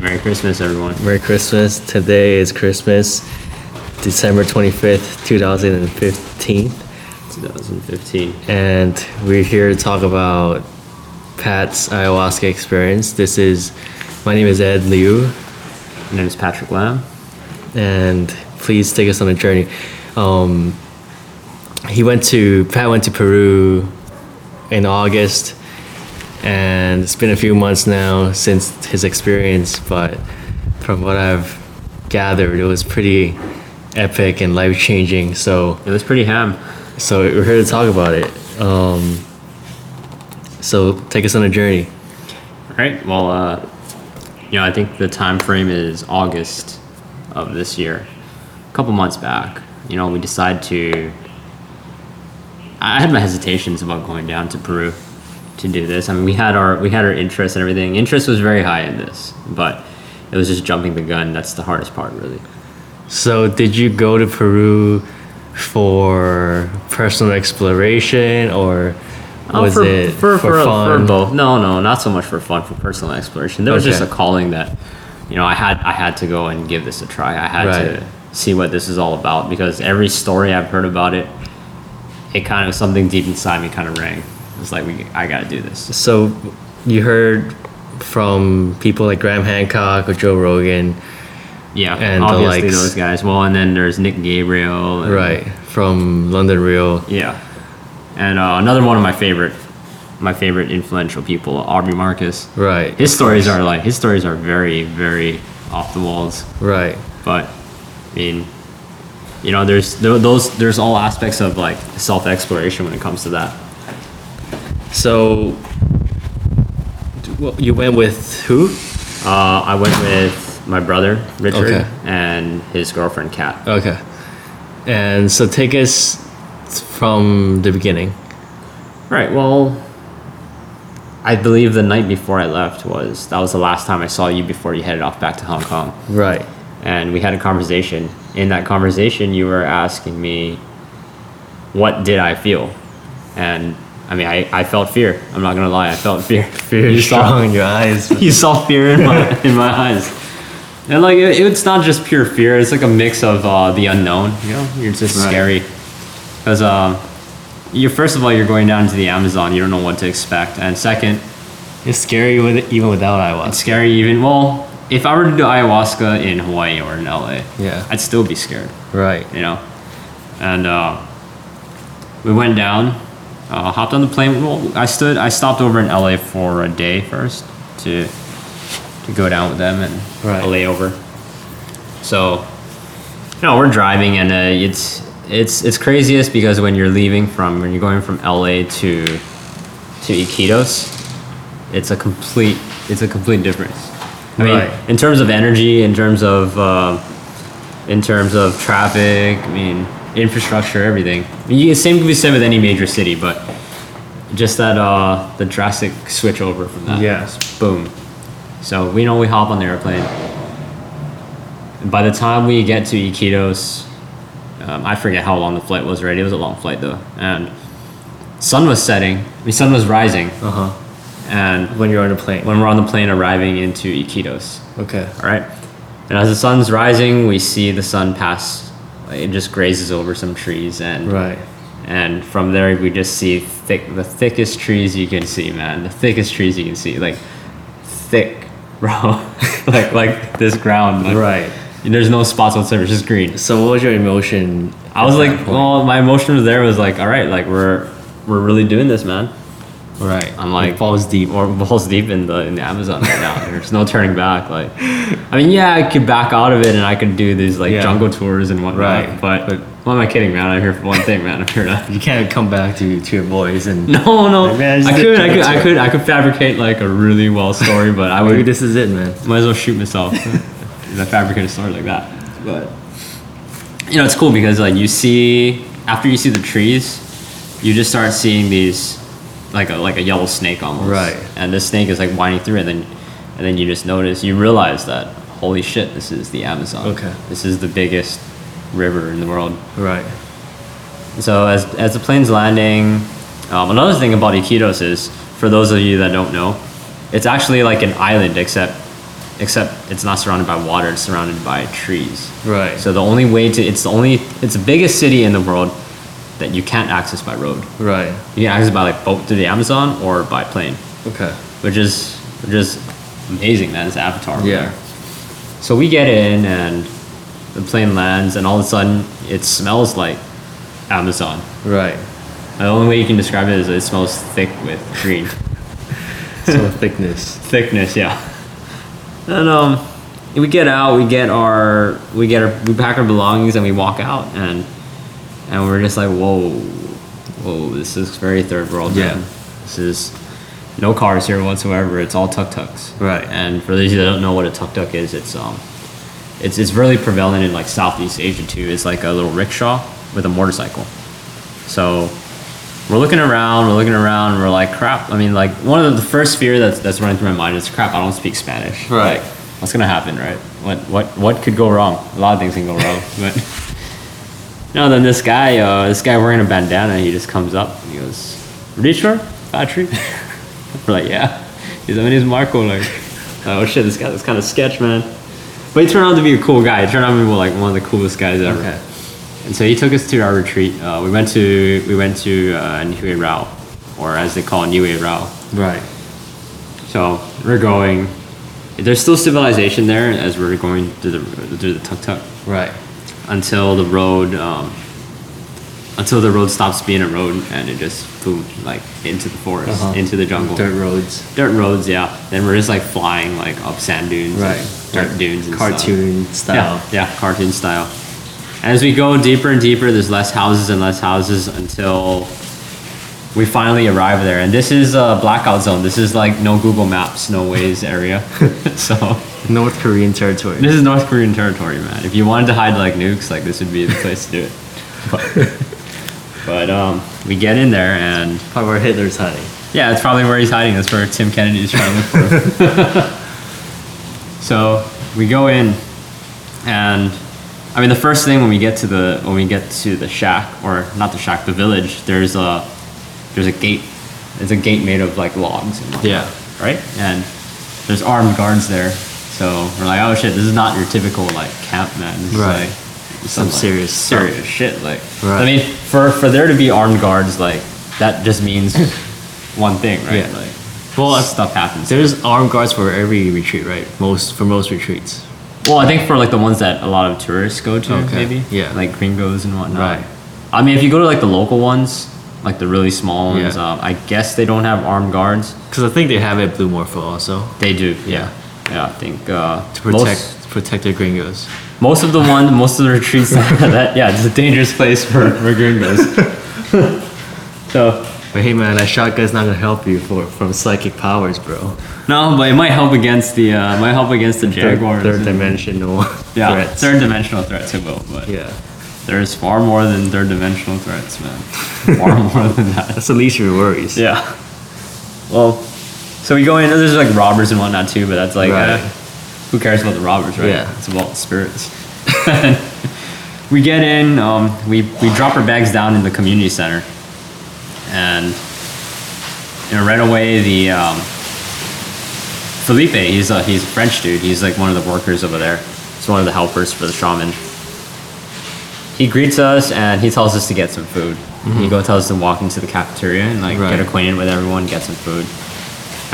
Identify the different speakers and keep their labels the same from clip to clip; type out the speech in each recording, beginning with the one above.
Speaker 1: Merry Christmas, everyone.
Speaker 2: Merry Christmas. Today is Christmas, December 25th, 2015.
Speaker 1: 2015.
Speaker 2: And we're here to talk about Pat's ayahuasca experience. This is, my name is Ed Liu,
Speaker 1: My name is Patrick Lam.
Speaker 2: and please take us on a journey. Um, he went to, Pat went to Peru in August, and it's been a few months now since his experience, but from what I've gathered, it was pretty epic and life changing. So,
Speaker 1: It was pretty ham.
Speaker 2: so we're here to talk about it. Um, so take us on a journey.
Speaker 1: All right. Well, uh, you know, I think the time frame is August of this year. A couple months back, you know, we decided to. I had my hesitations about going down to Peru to do this. I mean, we had our we had our interest and everything. Interest was very high in this, but it was just jumping the gun. That's the hardest part, really.
Speaker 2: So did you go to Peru for personal exploration or
Speaker 1: Uh,
Speaker 2: was
Speaker 1: for,
Speaker 2: it
Speaker 1: for, for, for
Speaker 2: fun?
Speaker 1: both? No, no, not so much for fun. For personal exploration, there was just a
Speaker 2: Okay.
Speaker 1: calling that, you know, I had I had to go and give this a try. I had
Speaker 2: Right.
Speaker 1: to see what this is all about because every story I've heard about it, it kind of something deep inside me kind of rang. It's like we, I got to do this.
Speaker 2: So you heard from people like Graham Hancock or Joe Rogan,
Speaker 1: Yeah,
Speaker 2: And the
Speaker 1: obviously
Speaker 2: likes.
Speaker 1: those guys. Well, and then there's Nick Gabriel. and-
Speaker 2: right? From London Real.
Speaker 1: Yeah, and uh, another one of my favorite, my favorite influential people, Aubrey Marcus.
Speaker 2: Right.
Speaker 1: His stories are like his stories are very very off the walls.
Speaker 2: Right.
Speaker 1: but I mean, you know, there's tho- those there's all aspects of like self exploration when it comes to that.
Speaker 2: So d- well, you went with who?
Speaker 1: Uh, I went with my brother Richard
Speaker 2: Okay.
Speaker 1: and his girlfriend Kat.
Speaker 2: Okay. And so take us from the beginning.
Speaker 1: Right. Well, I believe the night before I left was that was the last time I saw you before you headed off back to Hong Kong.
Speaker 2: Right.
Speaker 1: and we had a conversation. In that conversation, you were asking me, "What did I feel?" And I mean, I, I felt fear. I'm not gonna lie, I felt fear.
Speaker 2: Fear
Speaker 1: you
Speaker 2: is strong
Speaker 1: saw,
Speaker 2: in your eyes.
Speaker 1: you saw fear in my in my eyes, and like it, it's not just pure fear. It's like a mix of uh, the unknown. You know, you're just
Speaker 2: Right.
Speaker 1: scary because um, you first of all you're going down to the Amazon. You don't know what to expect, and second,
Speaker 2: It's scary with even without
Speaker 1: it's
Speaker 2: ayahuasca.
Speaker 1: scary even. Well, if I were to do ayahuasca in Hawaii or in LA,
Speaker 2: Yeah.
Speaker 1: I'd still be scared.
Speaker 2: Right.
Speaker 1: you know. And uh, we went down, uh, hopped on the plane. Well, I stood, I stopped over in LA for a day first to to go down with them and
Speaker 2: Right.
Speaker 1: a layover. So, you know, we're driving and uh, it's it's it's craziest because when you're leaving from when you're going from LA to to Iquitos, it's a complete it's a complete difference. I mean,
Speaker 2: Right.
Speaker 1: in terms of energy, in terms of uh, in terms of traffic, I mean, infrastructure, everything. I mean, you, same can be said with any major city, but just that uh, the drastic switch over from that.
Speaker 2: Yeah.
Speaker 1: Boom. So we know we hop on the airplane. And by the time we get to Iquitos, um, I forget how long the flight was already. It was a long flight though, and sun was setting. I mean, sun was rising,
Speaker 2: Uh huh.
Speaker 1: and
Speaker 2: When you're on a plane.
Speaker 1: when we're on the plane arriving into Iquitos.
Speaker 2: Okay.
Speaker 1: All right. And as the sun's rising, we see the sun pass. It just grazes over some trees, and
Speaker 2: Right.
Speaker 1: and from there we just see thick, the thickest trees you can see, man. The thickest trees you can see, like thick, bro. like like this ground, like,
Speaker 2: Right.
Speaker 1: There's no spots whatsoever. It's just green.
Speaker 2: So what was your emotion?
Speaker 1: I was
Speaker 2: at
Speaker 1: like,
Speaker 2: that point?
Speaker 1: well, my emotion was there. Was like, all right, like we're we're really doing this, man.
Speaker 2: right.
Speaker 1: oh. I'm like-
Speaker 2: falls deep.
Speaker 1: Or balls deep in the in the Amazon right now. There's no turning back. Like, I mean, yeah, I could back out of it and I could do these like
Speaker 2: Yeah.
Speaker 1: jungle tours and whatnot.
Speaker 2: Right.
Speaker 1: But, what am I kidding, man? I'm here for one thing, man. I'm here to.
Speaker 2: You can't come back to to your boys and
Speaker 1: No, no.
Speaker 2: Like, man, it's
Speaker 1: I
Speaker 2: just a
Speaker 1: could, I
Speaker 2: jungle
Speaker 1: could, I
Speaker 2: tour.
Speaker 1: could, I could fabricate like a really well story, but I
Speaker 2: maybe
Speaker 1: would
Speaker 2: this is it, man.
Speaker 1: might as well shoot myself if I fabricate a story like that. But you know, it's cool because like you see after you see the trees, you just start seeing these like a like a yellow snake almost.
Speaker 2: Right.
Speaker 1: And this snake is like winding through and then and then you just notice you realize that holy shit, this is the Amazon.
Speaker 2: Okay.
Speaker 1: This is the biggest river in the world.
Speaker 2: Right.
Speaker 1: So as as the plane's landing, um, another thing about Iquitos is, for those of you that don't know, it's actually like an island except except it's not surrounded by water. It's surrounded by trees.
Speaker 2: Right.
Speaker 1: So the only way to it's the only it's the biggest city in the world that you can't access by road.
Speaker 2: Right.
Speaker 1: You can access by like boat to the Amazon or by plane,
Speaker 2: Okay.
Speaker 1: which is which is amazing. That is Avatar. over
Speaker 2: Yeah.
Speaker 1: there. So we get in and the plane lands and all of a sudden it smells like Amazon.
Speaker 2: Right.
Speaker 1: The only way you can describe it is it smells thick with green.
Speaker 2: So thickness.
Speaker 1: thickness, yeah. And um, we get out, we get our, we get our, we pack our belongings, and we walk out, and and we're just like, whoa, whoa, this is very third world.
Speaker 2: Yeah.
Speaker 1: man. This is no cars here whatsoever. It's all tuk tuks.
Speaker 2: Right.
Speaker 1: And for those of you that don't know what a tuk tuk is, it's um, it's it's really prevalent in like Southeast Asia too. It's like a little rickshaw with a motorcycle. So we're looking around, we're looking around, we're like, crap. I mean, like one of the first fear that's that's running through my mind is, crap. I don't speak Spanish.
Speaker 2: Right.
Speaker 1: Like, what's gonna happen, right? What what what could go wrong? A lot of things can go wrong, but. No, then this guy, uh, this guy wearing a bandana, he just comes up and he goes, Richard, Patrick? We're like, yeah. He's, I mean, he's Marco, like, oh shit, this guy, this kind of sketch, man. But he turned out to be a cool guy. He turned out to be like one of the coolest guys ever.
Speaker 2: Okay.
Speaker 1: And so he took us to our retreat. Uh, we went to we went to uh, Niue Rao, or as they call it, Niue Rao.
Speaker 2: Right.
Speaker 1: So we're going. There's still civilization there as we're going through the through the tuk tuk
Speaker 2: Right.
Speaker 1: until the road um, until the road stops being a road and it just boom like into the forest
Speaker 2: Uh-huh.
Speaker 1: into the jungle dirt.
Speaker 2: Dirt roads.
Speaker 1: roads yeah then we're just like flying like up sand dunes and
Speaker 2: Right.
Speaker 1: dirt
Speaker 2: Like
Speaker 1: dunes and
Speaker 2: Cartoon
Speaker 1: stuff.
Speaker 2: style.
Speaker 1: Yeah, yeah cartoon style as we go deeper and deeper there's less houses and less houses until we finally arrive there and this is a blackout zone this is like no google maps no ways area so
Speaker 2: North Korean territory.
Speaker 1: this is North Korean territory, man. If you wanted to hide like nukes, like this would be the place to do it. But, but um, we get in there, and
Speaker 2: Probably where Hitler's hiding.
Speaker 1: yeah, that's probably where he's hiding. That's where Tim Kennedy is trying to look for him. so we go in, and I mean, the first thing when we get to the when we get to the shack, or not the shack, the village, there's a there's a gate. It's a gate made of like logs and whatnot
Speaker 2: Yeah.
Speaker 1: right? And there's armed guards there, so we're like, oh shit, this is not your typical like camp man. This is,
Speaker 2: Right.
Speaker 1: like,
Speaker 2: Some
Speaker 1: like,
Speaker 2: serious stuff.
Speaker 1: serious shit. Like,
Speaker 2: Right.
Speaker 1: I mean, for for there to be armed guards, like that just means one thing, right?
Speaker 2: Yeah.
Speaker 1: Like,
Speaker 2: Well,
Speaker 1: well,
Speaker 2: I-
Speaker 1: stuff happens.
Speaker 2: There's armed guards for every retreat, right? Most for most retreats.
Speaker 1: Well, I think for like the ones that a lot of tourists go to,
Speaker 2: Okay.
Speaker 1: maybe,
Speaker 2: Yeah.
Speaker 1: like gringos and whatnot.
Speaker 2: Right.
Speaker 1: I mean, if you go to like the local ones, like the really small ones,
Speaker 2: Yeah.
Speaker 1: um, I guess they don't have armed guards.
Speaker 2: Because I think they have it at Blue Morpho also
Speaker 1: They do, yeah, yeah. I think uh,
Speaker 2: to protect
Speaker 1: most-
Speaker 2: to protect their gringos.
Speaker 1: Most of the one, most of the retreats that, that yeah, it's a dangerous place for, for gringos. so
Speaker 2: But hey, man, that shotgun's not gonna help you for from psychic powers, bro.
Speaker 1: no, but it might help against the uh, might help against the jaguars.
Speaker 2: Third, third
Speaker 1: and-
Speaker 2: dimensional
Speaker 1: yeah,
Speaker 2: threats.
Speaker 1: third dimensional threats it will, but
Speaker 2: yeah,
Speaker 1: there's far more than third dimensional threats, man. Far more than that.
Speaker 2: that's the least of your worries.
Speaker 1: Yeah. Well, so we go in. There's like robbers and whatnot too, but that's like,
Speaker 2: Right.
Speaker 1: uh, who cares about the robbers, right?
Speaker 2: Yeah.
Speaker 1: It's about spirits. we get in. Um, we we drop our bags down in the community center, and you know right away the um, Felipe. He's a he's a French dude. He's like one of the workers over there. He's one of the helpers for the shaman. He greets us and he tells us to get some food. He go tells us to walk into the cafeteria and like
Speaker 2: Mm-hmm. Right.
Speaker 1: get acquainted with everyone, get some food.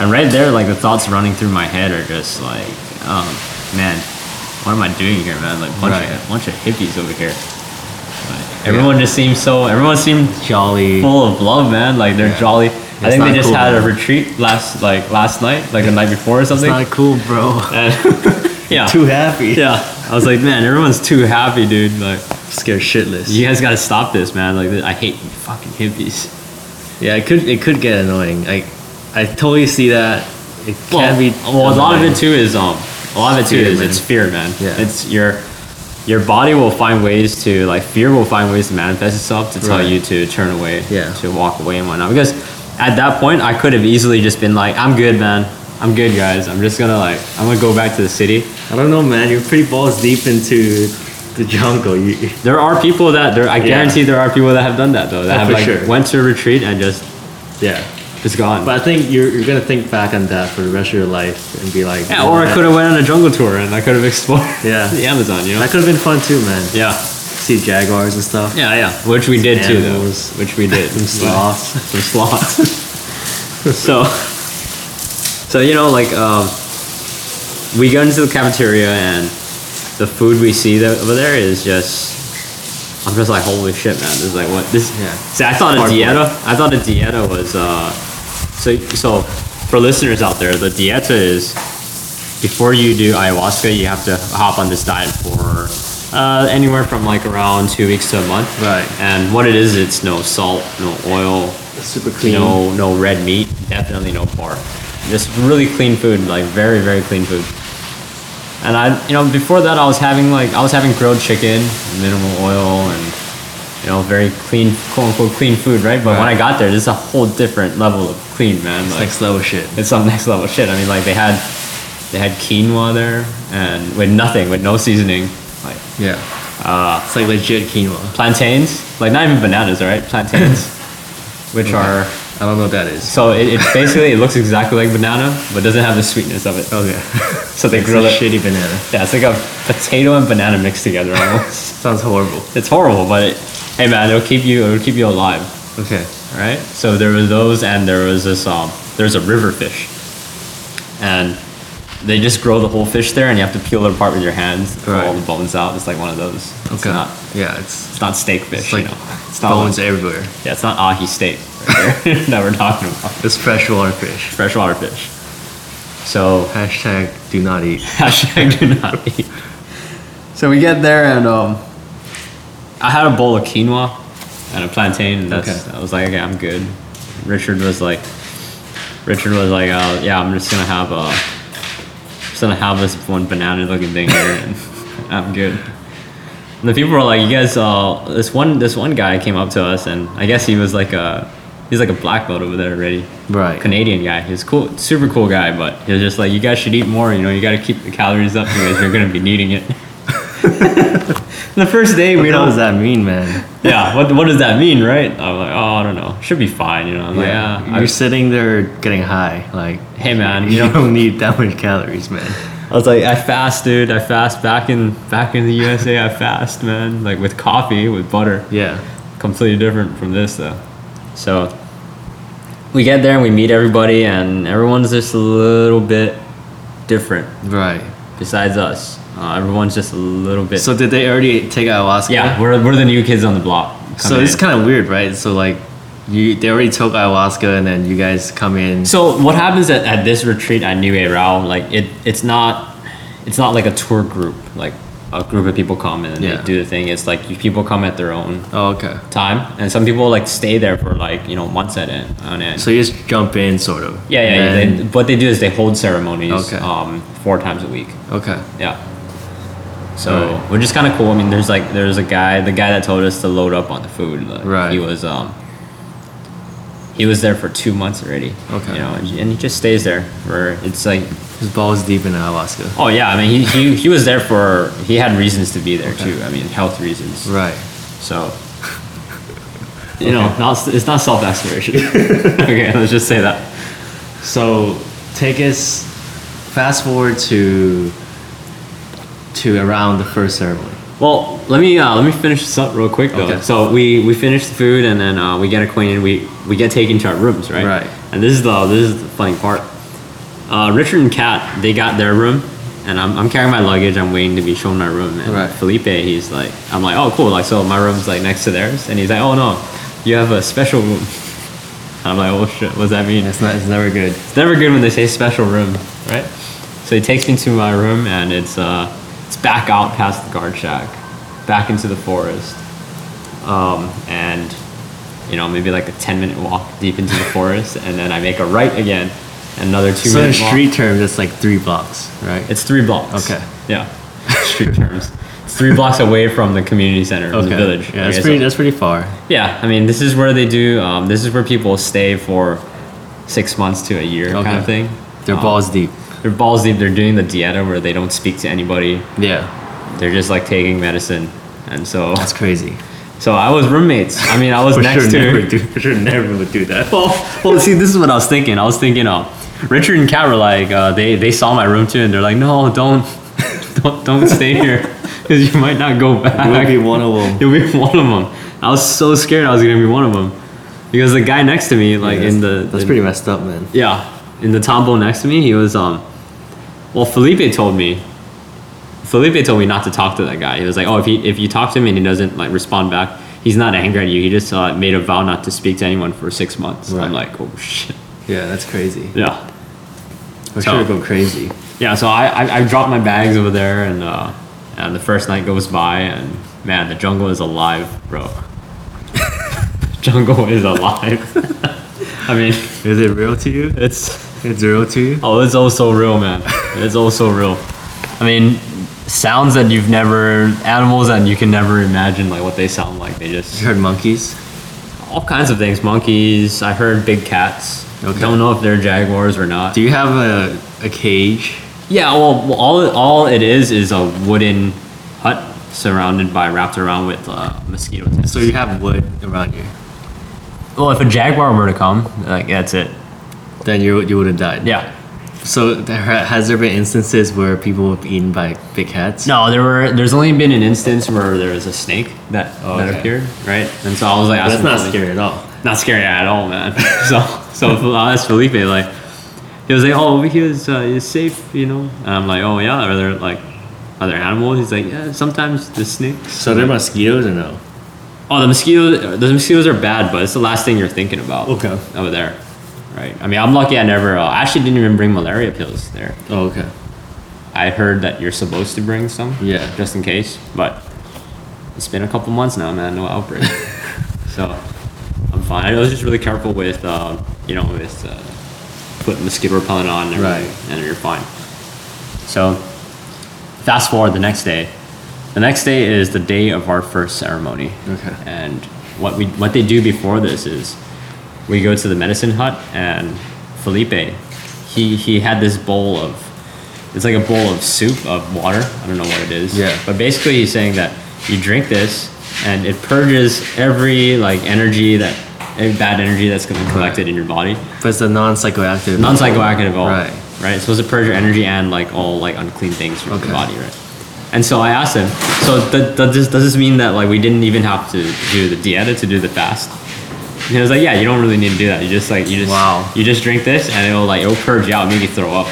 Speaker 1: And right there, like the thoughts running through my head are just like, um, man, what am I doing here, man? Like bunch
Speaker 2: Right.
Speaker 1: of bunch of hippies over here. Like, everyone just seems so. Everyone seemed
Speaker 2: jolly.
Speaker 1: full of love, man. Like they're
Speaker 2: Yeah.
Speaker 1: jolly. I
Speaker 2: It's
Speaker 1: think they
Speaker 2: not
Speaker 1: just
Speaker 2: cool,
Speaker 1: had a
Speaker 2: man.
Speaker 1: retreat last like last night, like the night before or
Speaker 2: It's
Speaker 1: something.
Speaker 2: not cool, bro.
Speaker 1: And- yeah,
Speaker 2: Too happy.
Speaker 1: yeah. I was like, man, everyone's too happy, dude. Like,
Speaker 2: Scared shitless.
Speaker 1: you guys gotta stop this, man. Like, I hate fucking hippies.
Speaker 2: Yeah, it could it could get annoying. I I totally see that. It
Speaker 1: well,
Speaker 2: can be.
Speaker 1: well, a lot of it too is um a lot of it too
Speaker 2: Fear,
Speaker 1: is
Speaker 2: man.
Speaker 1: it's fear man
Speaker 2: Yeah.
Speaker 1: it's your your body will find ways to like fear will find ways to manifest itself to tell
Speaker 2: Right.
Speaker 1: you to turn away
Speaker 2: Yeah.
Speaker 1: to walk away and whatnot because at that point i could have easily just been like i'm good man i'm good guys i'm just gonna like i'm gonna go back to the city
Speaker 2: I don't know, man. You're pretty balls deep into the jungle. You,
Speaker 1: there are people that there i
Speaker 2: Yeah.
Speaker 1: guarantee there are people that have done that though that
Speaker 2: Oh,
Speaker 1: have
Speaker 2: for
Speaker 1: like
Speaker 2: sure.
Speaker 1: went to a retreat and just
Speaker 2: yeah.
Speaker 1: It's gone.
Speaker 2: But I think you're, you're gonna think back on that for the rest of your life and be like,
Speaker 1: yeah, or I
Speaker 2: that-
Speaker 1: could have went on a jungle tour and I could have explored
Speaker 2: Yeah.
Speaker 1: the Amazon, you know?
Speaker 2: That could have been fun too, man.
Speaker 1: yeah.
Speaker 2: See jaguars and stuff.
Speaker 1: Yeah, yeah. Which we did too, though.
Speaker 2: Animals.
Speaker 1: Which we did.
Speaker 2: Some sloths.
Speaker 1: Some sloths. so, so you know, like um, we go into the cafeteria and the food we see there, over there is just. I'm just like, holy shit, man! This is like what this.
Speaker 2: Yeah.
Speaker 1: See, I thought a
Speaker 2: Hardcore.
Speaker 1: dieta. I thought a dieta was. Uh, so, so for listeners out there, the dieta is before you do ayahuasca, you have to hop on this diet for uh, anywhere from like around two weeks to a month.
Speaker 2: Right.
Speaker 1: And what it is, it's no salt, no oil,
Speaker 2: Super clean.
Speaker 1: no no red meat, definitely no pork. Just really clean food, like very very clean food. And I, you know, before that, I was having like I was having grilled chicken, minimal oil, and you know, very clean, quote unquote, clean food, right? But when I got there, this is a whole different level of clean, man. like,
Speaker 3: Next level shit.
Speaker 1: it's some next level shit. I mean, like they had they had quinoa there and with nothing, with no seasoning, like
Speaker 2: Yeah. Uh,
Speaker 3: It's like legit quinoa.
Speaker 1: plantains, like not even bananas, all right? Plantains, which are
Speaker 2: I don't know what that is.
Speaker 1: so it, it basically it looks exactly like banana, but doesn't have the sweetness of it.
Speaker 2: Okay.
Speaker 1: So they
Speaker 2: It's
Speaker 1: grill
Speaker 2: a
Speaker 1: it.
Speaker 2: shitty banana.
Speaker 1: Yeah, it's like a potato and banana mixed together almost.
Speaker 2: Sounds horrible.
Speaker 1: it's horrible, but it, hey man, it'll keep you it'll keep you alive.
Speaker 2: Okay.
Speaker 1: right? So there were those, and there was this um, there's a river fish, and they just grow the whole fish there, and you have to peel it apart with your hands, pull all
Speaker 2: Right.
Speaker 1: the bones out. It's like one of those. It's
Speaker 2: Okay.
Speaker 1: not
Speaker 2: yeah, it's
Speaker 1: it's not steak fish,
Speaker 2: like
Speaker 1: you know. It's not
Speaker 2: bones everywhere.
Speaker 1: yeah, it's not ahi steak right there that we're talking about.
Speaker 2: It's freshwater fish.
Speaker 1: Freshwater fish. So
Speaker 2: Hashtag do not eat.
Speaker 1: hashtag do not eat. So we get there, and um, I had a bowl of quinoa and a plantain, and that's,
Speaker 2: Okay.
Speaker 1: I was like, okay, I'm good. Richard was like, Richard was like, uh, yeah, I'm just gonna have a, just gonna have this one banana-looking thing here, and I'm good. And the people were like, you guys, uh, this one, this one guy came up to us, and I guess he was like a, he's like a black belt over there already.
Speaker 2: Right.
Speaker 1: Canadian guy. He's cool, super cool guy, but he was just like, you guys should eat more. You know, you got to keep the calories up because you're gonna be needing it. the first day we
Speaker 2: What
Speaker 1: don't.
Speaker 2: does that mean, man?
Speaker 1: Yeah, what what does that mean, right? I'm like, oh, I don't know. Should be fine, you know. I'm like, yeah. I-
Speaker 2: You're sitting there getting high. Like,
Speaker 1: hey man,
Speaker 2: you
Speaker 1: you know.
Speaker 2: don't need that much calories, man.
Speaker 1: I was like, I fast, dude. I fast back in back in the USA. I fast, man. Like with coffee, with butter.
Speaker 2: Yeah.
Speaker 1: completely different from this though. So we get there and we meet everybody and everyone's just a little bit different
Speaker 2: Right.
Speaker 1: besides us. Uh, everyone's just a little bit
Speaker 2: So did they already take ayahuasca?
Speaker 1: yeah, we're, we're the new kids on the block. coming
Speaker 2: So it's
Speaker 1: in.
Speaker 2: kind of weird, right? So like, you they already took ayahuasca, and then you guys come in.
Speaker 1: So what happens at, at this retreat at New Erao, like it it's not it's not like a tour group, like a group of people come and
Speaker 2: Yeah.
Speaker 1: they do the thing. It's like you, people come at their own
Speaker 2: Oh, okay.
Speaker 1: time and some people like stay there for like, you know, months at end on end.
Speaker 2: So you just jump in, sort of.
Speaker 1: Yeah, yeah. yeah.
Speaker 2: And
Speaker 1: They, what they do is they hold ceremonies
Speaker 2: Okay.
Speaker 1: um, four times a week.
Speaker 2: okay.
Speaker 1: Yeah. So which is kind of cool. I mean, there's like there's a guy, the guy that told us to load up on the food. Like,
Speaker 2: Right.
Speaker 1: He was um. He was there for two months already.
Speaker 2: Okay.
Speaker 1: You know, and, and he just stays there for it's like
Speaker 2: His balls deep in ayahuasca.
Speaker 1: oh yeah, I mean he he, he was there for he had reasons to be there too. I mean health reasons.
Speaker 2: Right.
Speaker 1: So. You know, not, it's not self exploration. okay, let's just say that.
Speaker 2: So take us fast forward to to around the first ceremony.
Speaker 1: Well, let me uh, let me finish this up real quick though.
Speaker 2: Okay.
Speaker 1: So we we finish the food and then uh, we get acquainted. We we get taken to our rooms, right?
Speaker 2: Right.
Speaker 1: And this is the this is the funny part. Uh, Richard and Kat they got their room, and I'm, I'm carrying my luggage. I'm waiting to be shown my room. And
Speaker 2: Right.
Speaker 1: Felipe, he's like, I'm like, oh cool. Like so, my room's like next to theirs, and he's like, oh no, you have a special room. I'm like, oh shit, what does that mean?
Speaker 2: It's not. It's never good.
Speaker 1: It's never good when they say special room, right? So he takes me to my room and it's uh, it's back out past the guard shack, back into the forest, um, and you know maybe like a ten minute walk deep into the forest, and then I make a right again, another two
Speaker 2: So in
Speaker 1: minute walk.
Speaker 2: street terms, it's like three blocks, right?
Speaker 1: It's three blocks.
Speaker 2: Okay.
Speaker 1: Yeah. Street terms. It's three blocks away from the community center, from the village.
Speaker 2: Yeah,
Speaker 1: Okay,
Speaker 2: that's
Speaker 1: so-
Speaker 2: pretty. That's pretty far.
Speaker 1: yeah, I mean, this is where they do. Um, this is where people stay for six months to a year, kind
Speaker 2: Okay.
Speaker 1: of thing.
Speaker 2: Their
Speaker 1: Um,
Speaker 2: balls deep.
Speaker 1: They're balls deep. They're doing the dieta where they don't speak to anybody.
Speaker 2: Yeah,
Speaker 1: They're just like taking medicine, and so
Speaker 2: that's crazy.
Speaker 1: So I was roommates. I mean, I was
Speaker 3: For
Speaker 1: next
Speaker 3: sure
Speaker 1: to.
Speaker 3: never do, for sure never would do that.
Speaker 1: Well, well, see, this is what I was thinking. I was thinking, oh, Richard and Kat were like, uh, they they saw my room too, and they're like, no, don't, don't, don't stay here, because you might not go back.
Speaker 2: You'll be one of them.
Speaker 1: You'll be one of them. I was so scared I was gonna be one of them, because the guy next to me, like in the
Speaker 2: That's
Speaker 1: in-
Speaker 2: pretty messed up, man.
Speaker 1: yeah, in the tombo next to me, he was um. Well, Felipe told me. Felipe told me not to talk to that guy. He was like, "Oh, if he if you talk to him and he doesn't like respond back, he's not angry at you. He just uh, made a vow not to speak to anyone for six months."
Speaker 2: Right.
Speaker 1: I'm like, "Oh shit."
Speaker 2: Yeah, that's crazy.
Speaker 1: Yeah, So-
Speaker 2: I should go crazy.
Speaker 1: yeah. So I I, I dropped my bags over there, and uh, and the first night goes by, and man, the jungle is alive, bro. jungle is alive. I mean,
Speaker 2: Is it real to you?
Speaker 1: it's.
Speaker 2: It's real to you?
Speaker 1: Oh, it's also real, man. It's also real. I mean, sounds that you've never, animals that you can never imagine, like what they sound like. They just
Speaker 2: You heard monkeys?
Speaker 1: all kinds of things. Monkeys. I heard big cats.
Speaker 2: Okay.
Speaker 1: Don't know if they're jaguars or not.
Speaker 2: Do you have a, a cage?
Speaker 1: yeah. Well, well, all all it is is a wooden hut surrounded by wrapped around with uh, mosquito nets.
Speaker 2: So you have wood around you.
Speaker 1: well, if a jaguar were to come, like that's it.
Speaker 2: Then you, you would have died.
Speaker 1: Yeah.
Speaker 2: So there ha- has there been instances where people have eaten by big cats?
Speaker 1: No, there were. There's only been an instance where there was a snake that that
Speaker 2: Oh, okay.
Speaker 1: appeared, right? And so I was like,
Speaker 2: That's
Speaker 1: asking
Speaker 2: not
Speaker 1: Felipe-
Speaker 2: scary at all.
Speaker 1: Not scary at all, man. so so I asked Felipe like, he was like, oh, he was uh, he's safe, you know. And I'm like, oh yeah, are there like other animals? He's like, yeah, sometimes the snakes.
Speaker 2: So there are mosquitoes or no?
Speaker 1: Oh, the mosquitoes. The mosquitoes are bad, but it's the last thing you're thinking about.
Speaker 2: Okay.
Speaker 1: Over there, right? I mean, I'm lucky. I never. Uh, I actually didn't even bring malaria pills there.
Speaker 2: Oh, okay.
Speaker 1: I heard that you're supposed to bring some.
Speaker 2: Yeah.
Speaker 1: Just in case, but it's been a couple months now, man. No outbreak, so I'm fine. I was just really careful with, uh, you know, with uh, putting mosquito repellent on, and,
Speaker 2: Right.
Speaker 1: and you're fine. So fast forward the next day. The next day is the day of our first ceremony.
Speaker 2: Okay.
Speaker 1: And what we what they do before this is we go to the medicine hut and Felipe he he had this bowl of it's like a bowl of soup of water. I don't know what it is.
Speaker 2: Yeah.
Speaker 1: But basically he's saying that you drink this and it purges every like energy that any bad energy that's gonna be collected in your body.
Speaker 2: But it's a non psychoactive.
Speaker 1: Non psychoactive all.
Speaker 2: Right.
Speaker 1: Right? It's supposed to purge your energy and like all like unclean things from
Speaker 2: Okay.
Speaker 1: your body, right? And so I asked him, so th- th- this, does this mean that like we didn't even have to do the dieta to do the fast? And he was like, yeah, you don't really need to do that. You just like you just
Speaker 2: Wow.
Speaker 1: you just drink this and it'll like it'll purge you out, and make you throw up.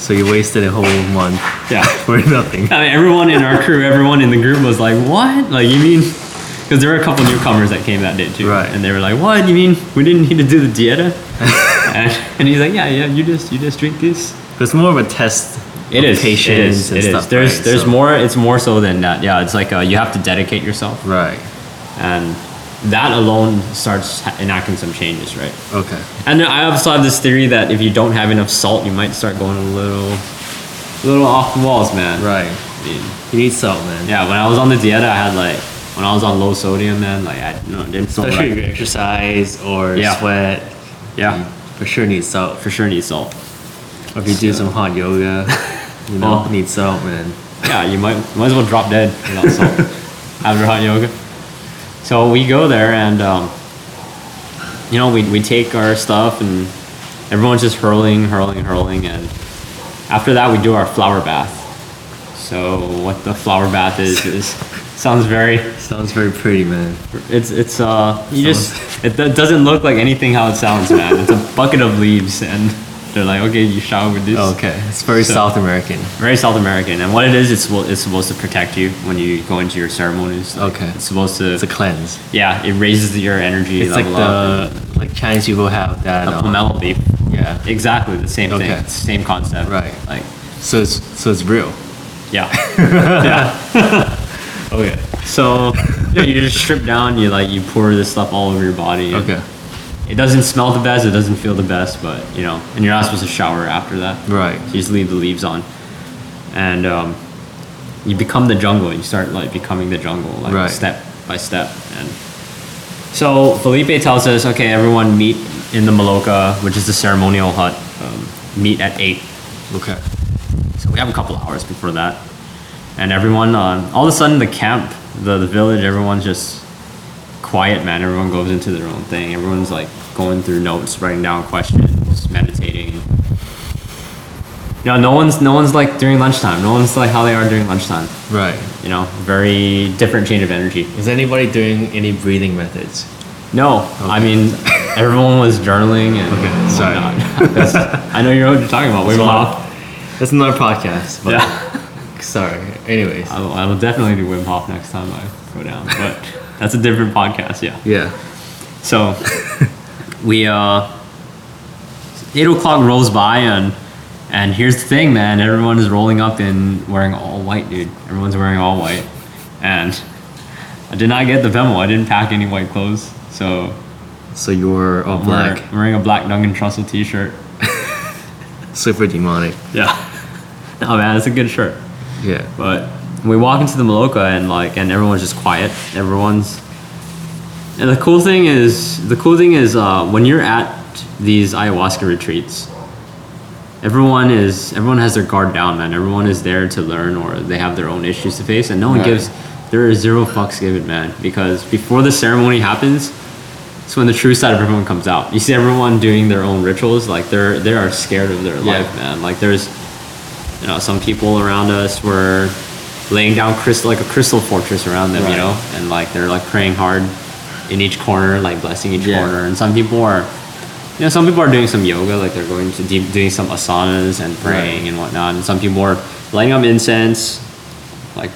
Speaker 2: So you wasted a whole month
Speaker 1: Yeah.
Speaker 2: for nothing.
Speaker 1: I mean, everyone in our crew, everyone in the group was like, "What? Like, you mean?" Because there were a couple newcomers that came that day too,
Speaker 2: Right.
Speaker 1: And they were like, "What? You mean we didn't need to do the dieta?" and, and he's like, "Yeah, yeah, you just you just drink this."
Speaker 2: It's more of a test.
Speaker 1: It
Speaker 2: of
Speaker 1: is,
Speaker 2: Patience
Speaker 1: it is,
Speaker 2: and
Speaker 1: it
Speaker 2: stuff.
Speaker 1: is. There's
Speaker 2: right?
Speaker 1: there's
Speaker 2: So-
Speaker 1: more. It's more so than that. Yeah, it's like uh, you have to dedicate yourself,
Speaker 2: Right.
Speaker 1: and that alone starts ha- enacting some changes, right?
Speaker 2: Okay.
Speaker 1: And then I also have this theory that if you don't have enough salt, you might start going a little, little off the walls, man.
Speaker 2: Right.
Speaker 1: I mean,
Speaker 2: You need salt, man.
Speaker 1: Yeah, when I was on the dieta, I had like when I was on low sodium, man, like I no, didn't feel
Speaker 2: Especially
Speaker 1: right.
Speaker 2: if you exercise or
Speaker 1: Yeah.
Speaker 2: sweat.
Speaker 1: Yeah,
Speaker 2: For sure need salt.
Speaker 1: for sure need salt.
Speaker 2: Or if you do some hot yoga, you know,
Speaker 1: Oh.
Speaker 2: need salt, man.
Speaker 1: Yeah, you might might as well drop dead without salt after hot yoga. So we go there and um, you know we we take our stuff and everyone's just hurling, hurling, hurling, and after that we do our flower bath. So what the flower bath is is sounds very
Speaker 2: Sounds very pretty, man.
Speaker 1: It's it's uh you just it do- doesn't look like anything how it sounds, man. It's a bucket of leaves, and they're like, okay, you shower with this.
Speaker 2: Okay. It's very
Speaker 1: So-
Speaker 2: South American.
Speaker 1: Very South American, and what it is, it's suppo- it's supposed to protect you when you go into your ceremonies. Like,
Speaker 2: Okay.
Speaker 1: it's supposed to.
Speaker 2: It's a cleanse.
Speaker 1: yeah, it raises your energy
Speaker 2: It's like
Speaker 1: level up.
Speaker 2: the like Chinese people have that.
Speaker 1: and The
Speaker 2: um,
Speaker 1: pomelo leaf,
Speaker 2: Yeah.
Speaker 1: exactly the same
Speaker 2: Okay.
Speaker 1: thing, same concept.
Speaker 2: Right.
Speaker 1: Like,
Speaker 2: So it's so it's real.
Speaker 1: yeah, yeah.
Speaker 2: Okay.
Speaker 1: So yeah, you just strip down. You like you pour this stuff all over your body. and-
Speaker 2: Okay.
Speaker 1: It doesn't smell the best, it doesn't feel the best, but you know, and you're not supposed to shower after that.
Speaker 2: Right.
Speaker 1: You just leave the leaves on. And um, you become the jungle. You start like becoming the jungle, like
Speaker 2: Right.
Speaker 1: step by step. And so Felipe tells us, okay, everyone meet in the Maloka, which is the ceremonial hut. Um, meet at eight.
Speaker 2: Okay.
Speaker 1: So we have a couple hours before that, and everyone. Uh, all of a sudden, the camp the, the village, everyone's just quiet, man. Everyone goes into their own thing. Everyone's like going through notes, writing down questions, meditating. No, no one's no one's like during lunchtime. No one's like how they are during lunchtime.
Speaker 3: Right.
Speaker 1: You know, very different change of energy.
Speaker 3: Is anybody doing any breathing methods?
Speaker 1: No, I mean everyone was journaling and
Speaker 3: Okay, sorry.
Speaker 1: whatnot. That's- I know you know what you're talking about. We went off.
Speaker 3: That's another podcast. But
Speaker 1: Yeah,
Speaker 3: Sorry. Anyways.
Speaker 1: I will, I will definitely do Wim Hof next time I go down. But that's a different podcast. Yeah.
Speaker 3: yeah.
Speaker 1: So we uh eight o'clock rolls by and and here's the thing, man. Everyone is rolling up in wearing all white, dude. Everyone's wearing all white, and I did not get the memo. I didn't pack any white clothes, so
Speaker 3: So you're all
Speaker 1: I'm wearing-
Speaker 3: black,
Speaker 1: I'm wearing a black Duncan Trussell T-shirt.
Speaker 3: super demonic.
Speaker 1: Yeah. oh man, it's a good shirt.
Speaker 3: Yeah.
Speaker 1: But we walk into the Maloka and like, and everyone's just quiet. Everyone's. And the cool thing is, the cool thing is, uh, when you're at these ayahuasca retreats, everyone is everyone has their guard down, man. Everyone is there to learn, or they have their own issues to face, and no one
Speaker 3: Right.
Speaker 1: gives. There is zero fucks given, man. Because before the ceremony happens, it's when the true side of everyone comes out. You see everyone doing their own rituals, like they're they are scared of their life, man. Like there's you know, some people around us were laying down crystal like a crystal fortress around them, you
Speaker 3: Right.
Speaker 1: know, and like they're like praying hard in each corner, like blessing each
Speaker 3: Yeah.
Speaker 1: corner. And some people are, you know, some people are doing some yoga, like they're going to deep, doing some asanas and praying and whatnot. And some people are lighting up incense, like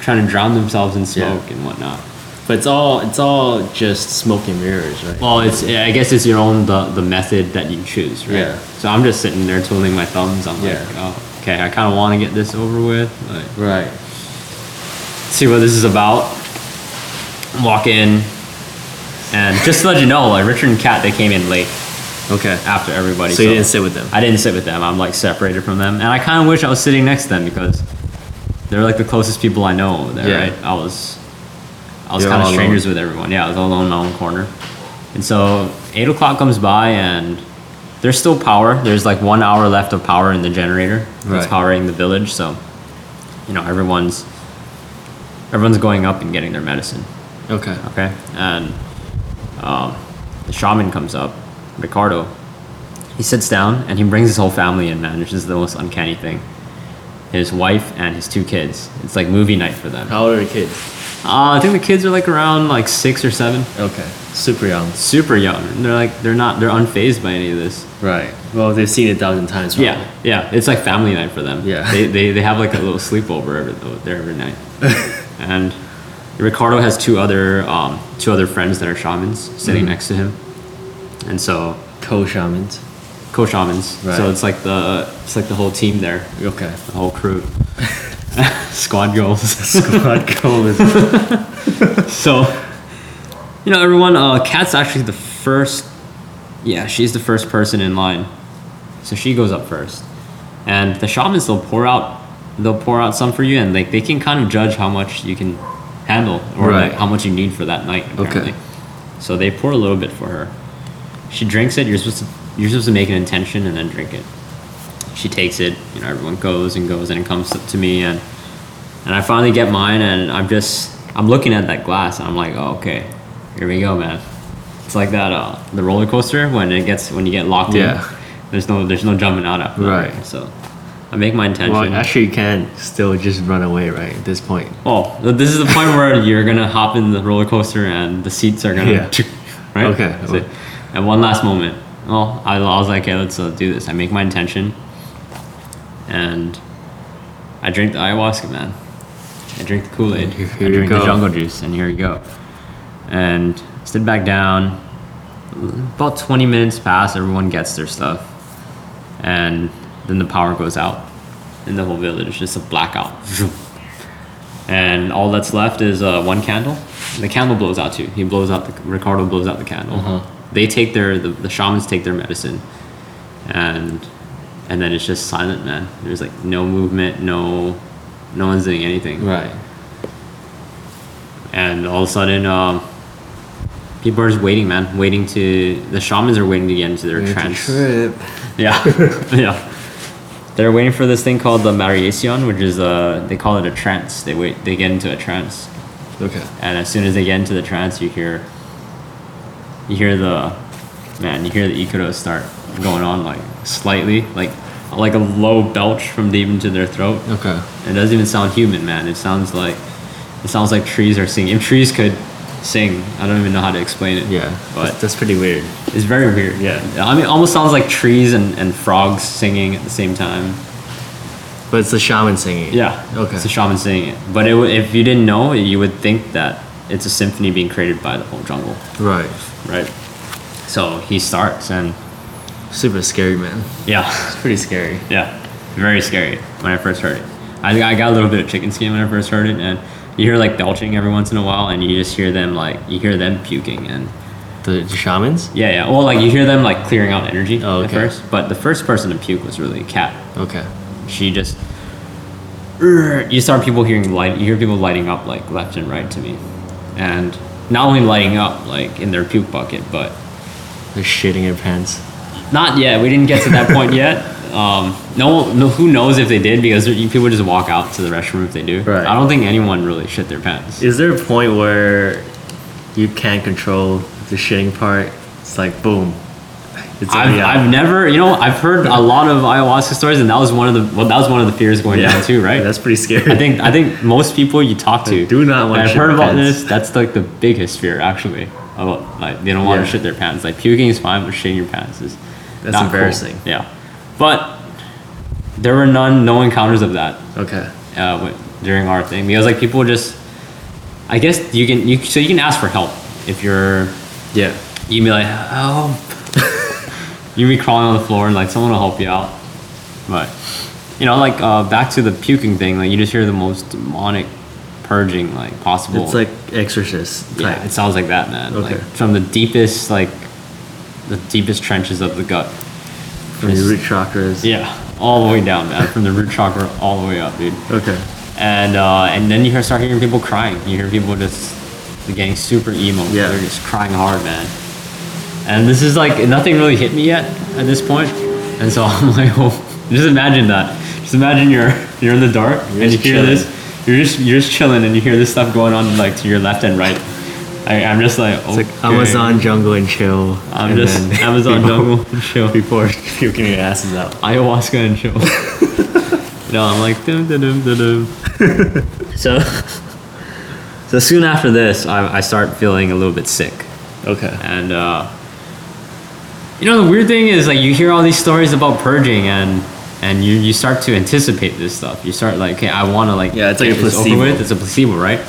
Speaker 1: trying to drown themselves in smoke and whatnot.
Speaker 2: But it's all it's all just smoke and mirrors, right?
Speaker 1: Well, it's I guess it's your own the, the method that you choose, right?
Speaker 2: Yeah.
Speaker 1: So I'm just sitting there twiddling my thumbs. I'm
Speaker 2: Yeah.
Speaker 1: like, oh, okay, I kind of want to get this over with. Like,
Speaker 2: Right.
Speaker 1: see what this is about. Walk in, and just to let you know, like Richard and Kat, they came in late
Speaker 2: Okay.
Speaker 1: after everybody.
Speaker 2: So you didn't sit with them.
Speaker 1: I didn't sit with them. I'm like separated from them, and I kind of wish I was sitting next to them because they're like the closest people I know over there.
Speaker 2: Yeah.
Speaker 1: Right? I was, I was
Speaker 2: You're
Speaker 1: kind of
Speaker 2: all
Speaker 1: strangers with everyone. Yeah, I was all alone in my own corner, and so eight o'clock comes by, and there's still power. There's like one hour left of power in the generator that's
Speaker 2: Right.
Speaker 1: powering the village. So, you know, everyone's everyone's going up and getting their medicine.
Speaker 2: Okay.
Speaker 1: Okay. And um, the shaman comes up, Ricardo. He sits down and he brings his whole family in, man, which is the most uncanny thing. His wife and his two kids. It's like movie night for them. Uh,
Speaker 2: How old are the kids?
Speaker 1: I think the kids are like around like six or seven.
Speaker 2: Okay. Super young.
Speaker 1: Super young. And They're like they're not they're unfazed by any of this.
Speaker 2: Right. Well, they've seen it a thousand times. Probably.
Speaker 1: Yeah, yeah. It's like family night for them.
Speaker 2: Yeah.
Speaker 1: They, they, they have like a little sleepover every, there every night. and Ricardo has two other um, two other friends that are shamans sitting
Speaker 2: Mm-hmm.
Speaker 1: next to him. And so
Speaker 2: Co-shamans.
Speaker 1: co-shamans.
Speaker 2: Right.
Speaker 1: So it's like the it's like the whole team there,
Speaker 2: Okay.
Speaker 1: the whole crew. Squad goals.
Speaker 2: Squad goal is
Speaker 1: so you know everyone uh Kat's actually the first yeah, she's the first person in line. So she goes up first. And the shamans they'll pour out they'll pour out some for you and like they can kind of judge how much you can handle or
Speaker 2: Right.
Speaker 1: like how much you need for that night apparently. So they pour a little bit for her. She drinks it, you're supposed to you're supposed to make an intention and then drink it. She takes it, you know, everyone goes and goes and it comes up to me and and I finally get mine, and I'm just I'm looking at that glass, and I'm like, oh, okay, here we go, man. It's like that uh, the roller coaster when it gets when you get locked
Speaker 2: Yeah.
Speaker 1: in. There's no there's no jumping out after. that,
Speaker 2: Right.
Speaker 1: So I make my intention.
Speaker 2: Well, actually, you can still just run away, right? At this point.
Speaker 1: oh, th- this is the point where you're gonna hop in the roller coaster, and the seats are gonna.
Speaker 2: Yeah.
Speaker 1: Right.
Speaker 2: Okay.
Speaker 1: That's it. At one last moment, well, I, I was like, okay, let's uh, do this. I make my intention, and I drink the ayahuasca, man. I drink the Kool Aid.
Speaker 2: Here-
Speaker 1: I
Speaker 2: here you
Speaker 1: drink the
Speaker 2: go.
Speaker 1: jungle juice, and here you go. And sit back down. About 20 minutes pass, everyone gets their stuff. And then the power goes out in the whole village. It's just a blackout. And all that's left is uh, one candle. The candle blows out too. He blows out, the, Ricardo blows out the candle.
Speaker 2: Uh-huh.
Speaker 1: They take their, the, the shamans take their medicine. And and then it's just silent, man. There's like no movement, no, no one's doing anything
Speaker 2: Right.
Speaker 1: and all of a sudden um, people are just waiting man waiting to the shamans are waiting to get into their trance
Speaker 2: Trip.
Speaker 1: yeah yeah they're waiting for this thing called the mariacion which is uh they call it a trance they wait they get into a trance
Speaker 3: Okay.
Speaker 1: and as soon as they get into the trance, you hear, you hear the, man, you hear the ikudos start going on like slightly, like like a low belch from deep into their throat.
Speaker 3: Okay.
Speaker 1: It doesn't even sound human, man. It sounds like, it sounds like trees are singing. If trees could sing, I don't even know how to explain it.
Speaker 3: Yeah.
Speaker 1: but
Speaker 3: That's, that's pretty weird.
Speaker 1: it's very weird.
Speaker 3: Yeah.
Speaker 1: I mean, it almost sounds like trees and, and frogs singing at the same time.
Speaker 3: But it's the shaman singing. it.
Speaker 1: Yeah.
Speaker 3: Okay.
Speaker 1: It's a shaman singing it. But it, w- if you didn't know, you would think that it's a symphony being created by the whole jungle,
Speaker 3: Right.
Speaker 1: right? So he starts and
Speaker 3: Super scary, man.
Speaker 1: yeah,
Speaker 3: It's pretty scary.
Speaker 1: yeah, very scary when I first heard it. I think I got a little bit of chicken skin when I first heard it, and you hear like belching every once in a while, and you just hear them like you hear them puking and
Speaker 3: The, the shamans?
Speaker 1: yeah, yeah. Well, like you hear them like clearing out energy
Speaker 3: Oh,
Speaker 1: at
Speaker 3: okay.
Speaker 1: first, but the first person to puke was really cat.
Speaker 3: Okay.
Speaker 1: she just you start people hearing light you hear people lighting up like left and right to me and not only lighting up like in their puke bucket but
Speaker 3: They're shitting your pants.
Speaker 1: not yet we didn't get to that point yet um, no, no who knows if they did because there- you- people just walk out to the restroom if they do
Speaker 3: Right.
Speaker 1: i don't think anyone really shit their pants
Speaker 2: Is there a point where you can't control the shitting part? It's like boom. It's
Speaker 1: I've,
Speaker 2: already out.
Speaker 1: I've never you know i've heard a lot of ayahuasca stories and that was one of the well that was one of the fears going down too right
Speaker 2: That's pretty scary.
Speaker 1: I think I think most people you talk to
Speaker 2: do not
Speaker 1: and
Speaker 2: wanna
Speaker 1: I've
Speaker 2: shit
Speaker 1: heard
Speaker 2: their
Speaker 1: about
Speaker 2: pants.
Speaker 1: this. That's like the biggest fear, actually. About like they don't want
Speaker 2: Yeah.
Speaker 1: to shit their pants. Like puking is fine, but shitting your pants is not
Speaker 2: That's
Speaker 1: cool.
Speaker 2: embarrassing.
Speaker 1: Yeah, but there were none, no encounters of that
Speaker 2: okay.
Speaker 1: uh, when- during our thing because like people just, I guess you can you so you can ask for help if you're
Speaker 2: Yeah.
Speaker 1: you can be like oh you be crawling on the floor and like someone will help you out but you know like uh, back to the puking thing like you just hear the most demonic purging like possible
Speaker 2: It's like exorcist type.
Speaker 1: yeah, it sounds like that man
Speaker 2: Okay.
Speaker 1: like from the deepest like the deepest trenches of the gut
Speaker 2: from your root chakras.
Speaker 1: yeah all the way down man from the root chakra all the way up dude
Speaker 2: Okay.
Speaker 1: and uh, and then you hear- start hearing people crying. You hear people just getting super emo.
Speaker 2: Yeah.
Speaker 1: they're just crying hard, man. And this is like nothing really hit me yet at this point, and so I'm like, oh, just imagine that. Just imagine you're you're in the dark and you
Speaker 2: just
Speaker 1: hear this. You're just you're just chilling and you hear this stuff going on like to your left and right. I, I'm just like,
Speaker 3: It's
Speaker 1: okay.
Speaker 3: like Amazon jungle and chill.
Speaker 1: I'm
Speaker 3: and
Speaker 1: just
Speaker 3: then-
Speaker 1: Amazon jungle and chill.
Speaker 2: Before puking your asses out.
Speaker 1: Ayahuasca and chill. no, I'm like dum dum dum dum dum. So, so soon after this, I, I start feeling a little bit sick,
Speaker 2: Okay.
Speaker 1: and uh, you know the weird thing is like you hear all these stories about purging, and and you you start to anticipate this stuff. You start like, okay, I want to like
Speaker 2: Yeah, it's like
Speaker 1: get
Speaker 2: a
Speaker 1: this over
Speaker 2: placebo.
Speaker 1: with. It's a placebo, right?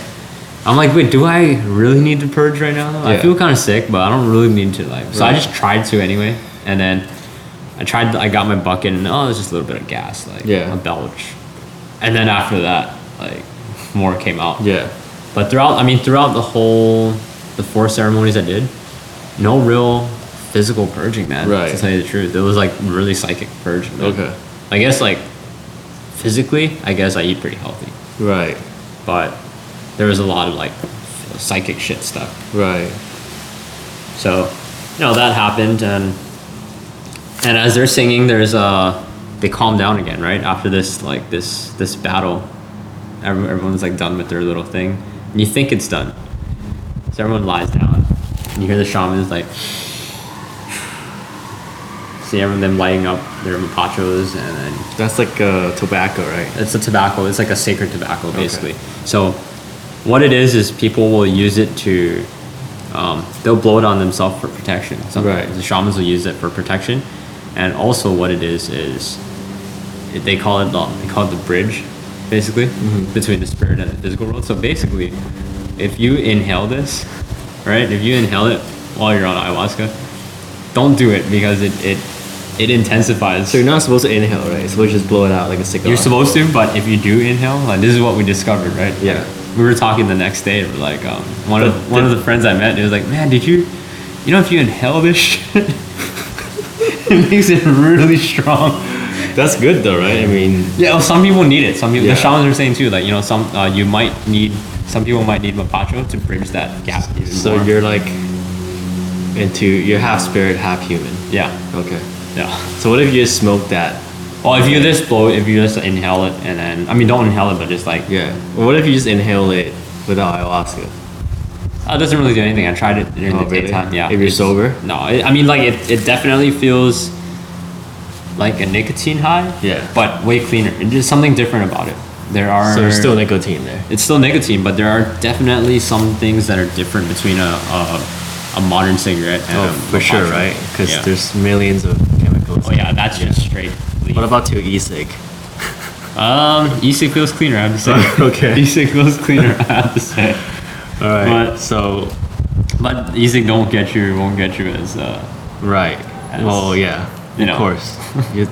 Speaker 1: I'm like, wait, do I really need to purge right now? I
Speaker 3: Yeah.
Speaker 1: feel kind of sick, but I don't really need to like. So I
Speaker 3: Right.
Speaker 1: just tried to anyway, and then I tried. I got my bucket, and oh, it's just a little bit of gas, like
Speaker 3: Yeah.
Speaker 1: a belch, and then after that, like more came out.
Speaker 3: yeah.
Speaker 1: But throughout, I mean, throughout the whole the four ceremonies I did, no real physical purging, man.
Speaker 3: Right.
Speaker 1: To tell you the truth, it was like really psychic purging. man.
Speaker 3: Okay.
Speaker 1: I guess like physically, I guess I eat pretty healthy,
Speaker 3: Right.
Speaker 1: but there was a lot of like psychic shit stuff.
Speaker 3: Right.
Speaker 1: So, you know, that happened, and and as they're singing, there's uh they calm down again, right? After this like this this battle, every- everyone's like done with their little thing, and you think it's done, so everyone lies down, and you hear the shamans like. See everyone them lighting up their mapachos and then
Speaker 3: That's like uh, tobacco, right?
Speaker 1: it's a tobacco. It's like a sacred tobacco, basically. So, what it is is people will use it to, um, they'll blow it on themselves for protection. Sometimes
Speaker 3: Right.
Speaker 1: The shamans will use it for protection, and also what it is is, it, they call it the, they call it the bridge, basically
Speaker 3: Mm-hmm.
Speaker 1: between the spirit and the physical world. So basically, if you inhale this, right? If you inhale it while you're on ayahuasca, don't do it because it it it intensifies.
Speaker 3: So you're not supposed to inhale, right? You're supposed to just blow it out like a cigar.
Speaker 1: You're supposed to, but if you do inhale, like this is what we discovered, right?
Speaker 3: Yeah.
Speaker 1: We were talking the next day, and we're like um, one of one of the friends I met, it was like, man, did you, you know, if you inhale this shit, it makes it really strong.
Speaker 3: That's good though, right? I mean,
Speaker 1: Yeah, well, some people need it. Some people,
Speaker 3: Yeah.
Speaker 1: the shamans are saying too, like you know, some uh, you might need, some people might need mapacho to bridge that gap. even
Speaker 3: so
Speaker 1: more.
Speaker 3: you're like into you're half spirit, half human.
Speaker 1: yeah,
Speaker 3: Okay.
Speaker 1: yeah.
Speaker 3: So what if you just smoke that?
Speaker 1: Well, if you just blow, it, if you just inhale it, and then I mean, don't inhale it, but just like
Speaker 3: Yeah. Or what if you just inhale it
Speaker 4: without ayahuasca?
Speaker 1: Oh, it doesn't really do anything. I tried it during
Speaker 4: Oh,
Speaker 1: the
Speaker 4: really?
Speaker 1: daytime. Yeah.
Speaker 2: If you're
Speaker 1: it's-
Speaker 2: sober?
Speaker 1: No, it, I mean like it, it definitely feels like a nicotine high.
Speaker 4: Yeah.
Speaker 1: But way cleaner. It- There's something different about it. There are
Speaker 2: So there's still nicotine there.
Speaker 1: it's still nicotine, but there are definitely some things that are different between a a, a modern cigarette and
Speaker 2: Oh,
Speaker 1: a,
Speaker 2: for
Speaker 1: a
Speaker 2: sure,
Speaker 1: modern-
Speaker 2: right? Because
Speaker 1: yeah.
Speaker 2: there's millions of chemicals.
Speaker 1: Oh yeah, that's just straight. leaf.
Speaker 2: What about to e-cig?
Speaker 1: Um, e-cig feels cleaner. I have to say.
Speaker 2: okay.
Speaker 1: E-cig feels cleaner. I have to say.
Speaker 2: All right.
Speaker 1: But-
Speaker 2: so,
Speaker 1: But e-cig don't get you. Won't get you as. Uh,
Speaker 2: right.
Speaker 1: That's-
Speaker 2: well, yeah.
Speaker 1: you
Speaker 2: of
Speaker 1: know.
Speaker 2: course. You-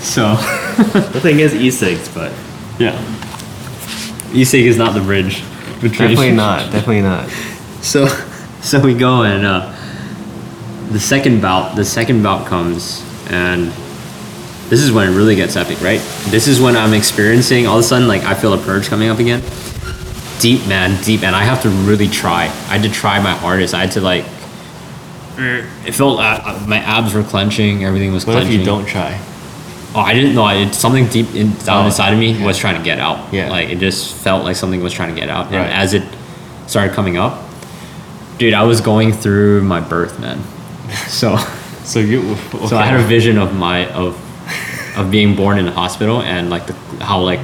Speaker 1: so.
Speaker 4: The thing is e-cigs, but
Speaker 1: Yeah. E-cig is not the bridge. Between
Speaker 2: definitely not. Definitely not.
Speaker 1: So, so we go and uh, the second bout, the second bout comes, and this is when it really gets epic, right? This is when I'm experiencing all of a sudden, like I feel a purge coming up again. Deep man, deep, and I have to really try. I had to try my hardest. I had to like. It felt uh, my abs were clenching. Everything was
Speaker 2: What
Speaker 1: clenching.
Speaker 2: if you don't try?
Speaker 1: Oh, I didn't know. I- It's something deep in, down
Speaker 2: Oh,
Speaker 1: inside of me was trying to get out.
Speaker 2: Yeah.
Speaker 1: Like it just felt like something was trying to get out. And
Speaker 2: Right.
Speaker 1: as it started coming up, dude, I was going through my birth, man. So,
Speaker 2: So you.
Speaker 1: so I had a vision of my of of being born in a hospital and like the how like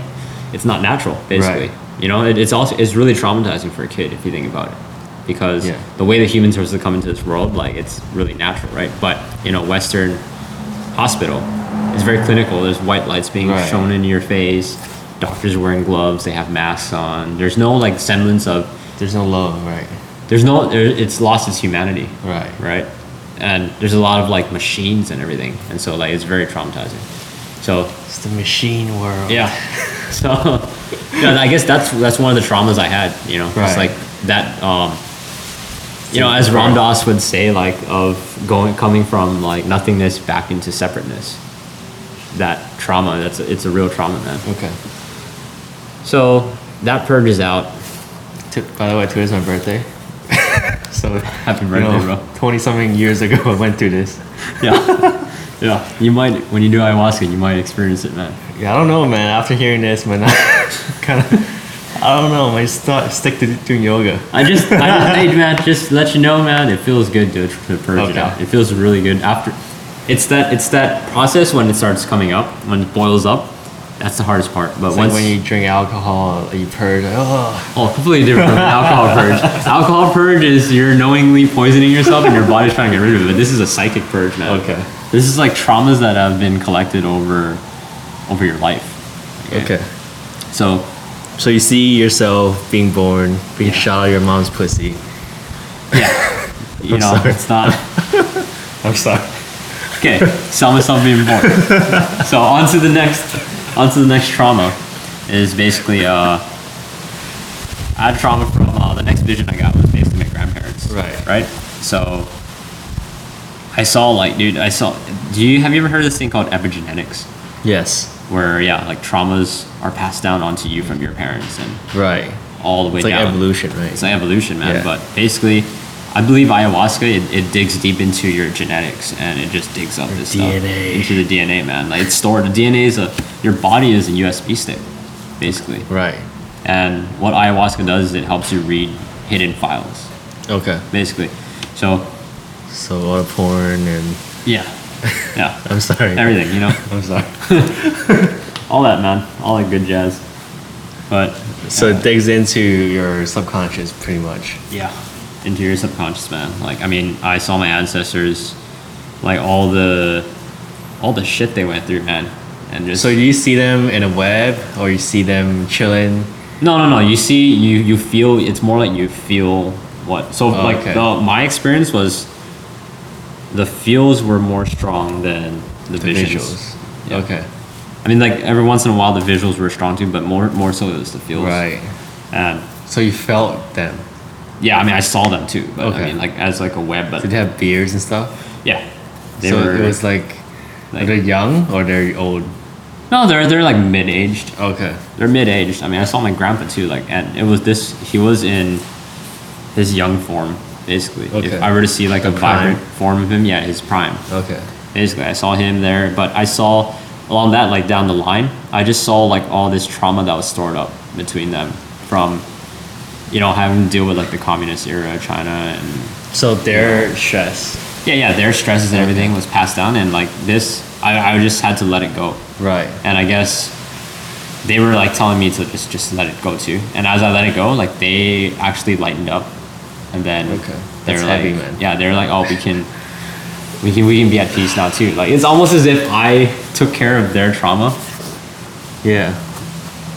Speaker 1: it's not natural basically.
Speaker 2: Right.
Speaker 1: You know, it, it's also it's really traumatizing for a kid if you think about it, because
Speaker 2: Yeah.
Speaker 1: the way that humans are supposed to come into this world, like it's really natural, right? But in a Western hospital. It's very clinical. There's white lights being
Speaker 2: Right.
Speaker 1: shown into your face. Doctors are wearing gloves. They have masks on. There's no like semblance of.
Speaker 2: There's no love, right?
Speaker 1: There's no. There, it's lost its humanity,
Speaker 2: Right.
Speaker 1: right? And there's a lot of like machines and everything, and so like it's very traumatizing. So
Speaker 2: It's the machine world.
Speaker 1: yeah. So yeah, I guess that's that's one of the traumas I had, you know.
Speaker 2: Right.
Speaker 1: It's like that um you know, as Ram Dass would say, like of going coming from like nothingness back into separateness. That trauma, that's it's a real trauma, man.
Speaker 2: Okay.
Speaker 1: So that purges out.
Speaker 2: T- by the way, today's my birthday. so
Speaker 1: Happy birthday, bro.
Speaker 2: Twenty something years ago, I went through this.
Speaker 1: Yeah. yeah. You might when you do ayahuasca, you might experience it, man.
Speaker 2: Yeah, I don't know, man. After hearing this, man, I kind of, I don't know. I just thought, stick to doing yoga.
Speaker 1: I just, I just, hey, man, just to let you know, man, it feels good to, to purge it
Speaker 2: Okay.
Speaker 1: out. It feels really good after. It's that, it's that process when it starts coming up, when it boils up. That's the hardest part. But
Speaker 2: It's
Speaker 1: once,
Speaker 2: like when you drink alcohol, you purge. like, Oh,
Speaker 1: oh, completely different from an alcohol purge. Alcohol purge is you're knowingly poisoning yourself and your body's trying to get rid of it. But this is a psychic purge, man.
Speaker 2: Okay.
Speaker 1: This is like traumas that have been collected over, over your life. So
Speaker 2: So you see yourself being born, being shot out of your mom's pussy.
Speaker 1: you
Speaker 2: I'm
Speaker 1: know,
Speaker 2: sorry.
Speaker 1: it's not.
Speaker 2: I'm sorry.
Speaker 1: Okay, sell myself being born. so on to the next, on to the next trauma, is basically uh, I had trauma from uh, the next vision I got was basically my grandparents.
Speaker 2: Right.
Speaker 1: Right. So I saw like, dude, I saw. Do you have you ever heard of this thing called epigenetics,
Speaker 2: Yes.
Speaker 1: where yeah, like traumas are passed down onto you from your parents and
Speaker 2: Right.
Speaker 1: all the way
Speaker 2: It's like
Speaker 1: down
Speaker 2: evolution, right?
Speaker 1: it's like evolution, man.
Speaker 2: Yeah.
Speaker 1: But basically, I believe ayahuasca it, it digs deep into your genetics and it just digs up this
Speaker 2: DNA.
Speaker 1: stuff into the DNA, man. Like it's stored. The DNA is a your body is a USB stick, basically.
Speaker 2: right.
Speaker 1: And what ayahuasca does is it helps you read hidden files,
Speaker 2: Okay.
Speaker 1: basically. So
Speaker 2: So all the porn and
Speaker 1: yeah, yeah,
Speaker 2: I'm sorry.
Speaker 1: everything, you know,
Speaker 2: I'm sorry.
Speaker 1: all that, man, all that good jazz. But
Speaker 2: So it digs into your subconscious pretty much.
Speaker 1: yeah into your subconscious man like i mean i saw my ancestors like all the all the shit they went through man and just
Speaker 2: So do you see them in a web or you see them chilling?
Speaker 1: no no no you see you you feel it's more like you feel what so
Speaker 2: Oh,
Speaker 1: like
Speaker 2: okay.
Speaker 1: the, my experience was the feels were more strong than the,
Speaker 2: The
Speaker 1: visions
Speaker 2: visuals.
Speaker 1: Yeah.
Speaker 2: Okay.
Speaker 1: i mean like every once in a while the visuals were strong too but more more so it was the feels
Speaker 2: Right.
Speaker 1: and
Speaker 2: So you felt them.
Speaker 1: yeah i mean i saw them too but
Speaker 2: Okay.
Speaker 1: i mean like as like a web but
Speaker 2: Did they have beards and stuff?
Speaker 1: yeah they
Speaker 2: so
Speaker 1: were
Speaker 2: it was like,
Speaker 1: like-
Speaker 2: are they young or they're old?
Speaker 1: no they're they're like mid-aged
Speaker 2: Okay.
Speaker 1: they're mid-aged. I mean, I saw my grandpa too. Like, and it was this. He was in his young form, basically.
Speaker 2: Okay.
Speaker 1: If I were to see like a
Speaker 2: prime.
Speaker 1: vibrant form of him, yeah, his prime.
Speaker 2: Okay.
Speaker 1: Basically, I saw him there, but I saw along that like down the line, I just saw like all this trauma that was stored up between them from you know having to deal with like the communist era of China and
Speaker 2: So their stress.
Speaker 1: yeah yeah their stresses and everything was passed down and like this I, I just had to let it go
Speaker 2: Right.
Speaker 1: and I guess they were like telling me to just just let it go too. And as I let it go, like they actually lightened up, and then
Speaker 2: Okay.
Speaker 1: they
Speaker 2: That's
Speaker 1: were like,
Speaker 2: heavy, man.
Speaker 1: yeah, they were like, oh, we can, we can, we can be at peace now too. Like it's almost as if I took care of their trauma.
Speaker 2: Yeah.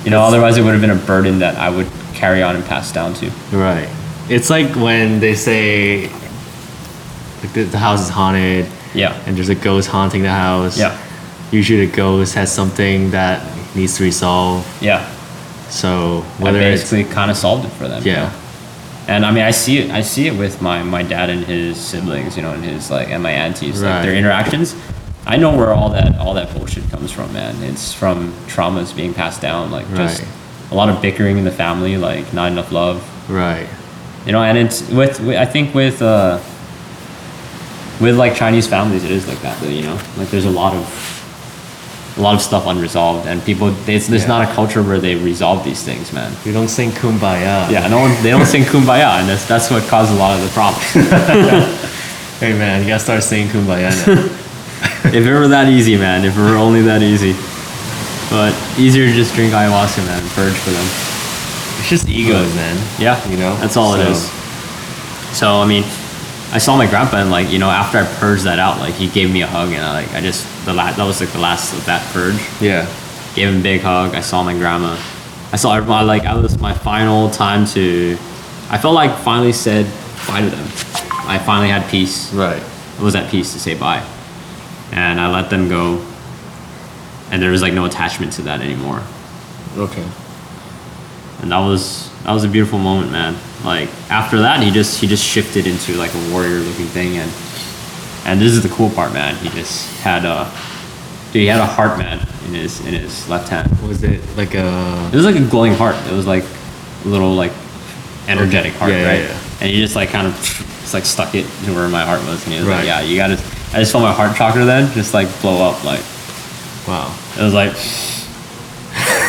Speaker 1: You know, otherwise it would have been a burden that I would carry on and pass down to.
Speaker 2: Right.
Speaker 3: It's like when they say like the, the house is haunted
Speaker 1: Yeah,
Speaker 3: and there's a ghost haunting the house.
Speaker 1: yeah,
Speaker 3: Usually the ghost has something that needs to resolve.
Speaker 1: yeah.
Speaker 3: So
Speaker 1: I
Speaker 3: whether it's
Speaker 1: basically kind of solved it for them. you know?
Speaker 3: yeah,
Speaker 1: And I mean, I see it. I see it with my my dad and his siblings, you know, and his like and my aunties, like
Speaker 3: Right.
Speaker 1: their interactions. I know where all that all that bullshit comes from, man. It's from traumas being passed down, like just
Speaker 3: Right.
Speaker 1: a lot of bickering in the family, like not enough love,
Speaker 3: right,
Speaker 1: you know. And it's with, with I think with uh, with like Chinese families, it is like that, though, you know. Like there's a lot of a lot of stuff unresolved, and people. It's, there's
Speaker 3: Yeah.
Speaker 1: not a culture where they resolve these things, man.
Speaker 3: you don't sing kumbaya.
Speaker 1: Yeah, no one, they don't sing kumbaya, and that's that's what caused a lot of the problems.
Speaker 3: Hey man, you gotta start singing kumbaya. Now.
Speaker 1: If it were that easy, man. If it were only that easy. But easier to just drink ayahuasca, man. Purge for them.
Speaker 3: it's just egos, man.
Speaker 1: Yeah,
Speaker 3: You know,
Speaker 1: that's all it
Speaker 3: so-
Speaker 1: is. So I mean, I saw my grandpa, and like you know, after I purged that out, like he gave me a hug, and I like I just the la- that was like the last of that purge.
Speaker 3: Yeah,
Speaker 1: Gave him a big hug. I saw my grandma. I saw everyone. Like I was my final time to. I felt like finally said bye to them. I finally had peace.
Speaker 3: right.
Speaker 1: I was at peace to say bye. And I let them go. And there was like no attachment to that anymore.
Speaker 3: Okay.
Speaker 1: And that was that was a beautiful moment, man. Like after that he just he just shifted into like a warrior looking thing and and this is the cool part, man. He just had a dude, he had a heart man in his in his left hand.
Speaker 3: Was it like a
Speaker 1: It was like a glowing heart. It was like a little like energetic heart,
Speaker 3: Yeah, yeah,
Speaker 1: right?
Speaker 3: yeah.
Speaker 1: And he just like kind of just like stuck it to where my heart was, and he was
Speaker 3: Right.
Speaker 1: like, "Yeah, you gotta." I just felt my heart chakra then just like blow up. Like
Speaker 3: wow?
Speaker 1: it was like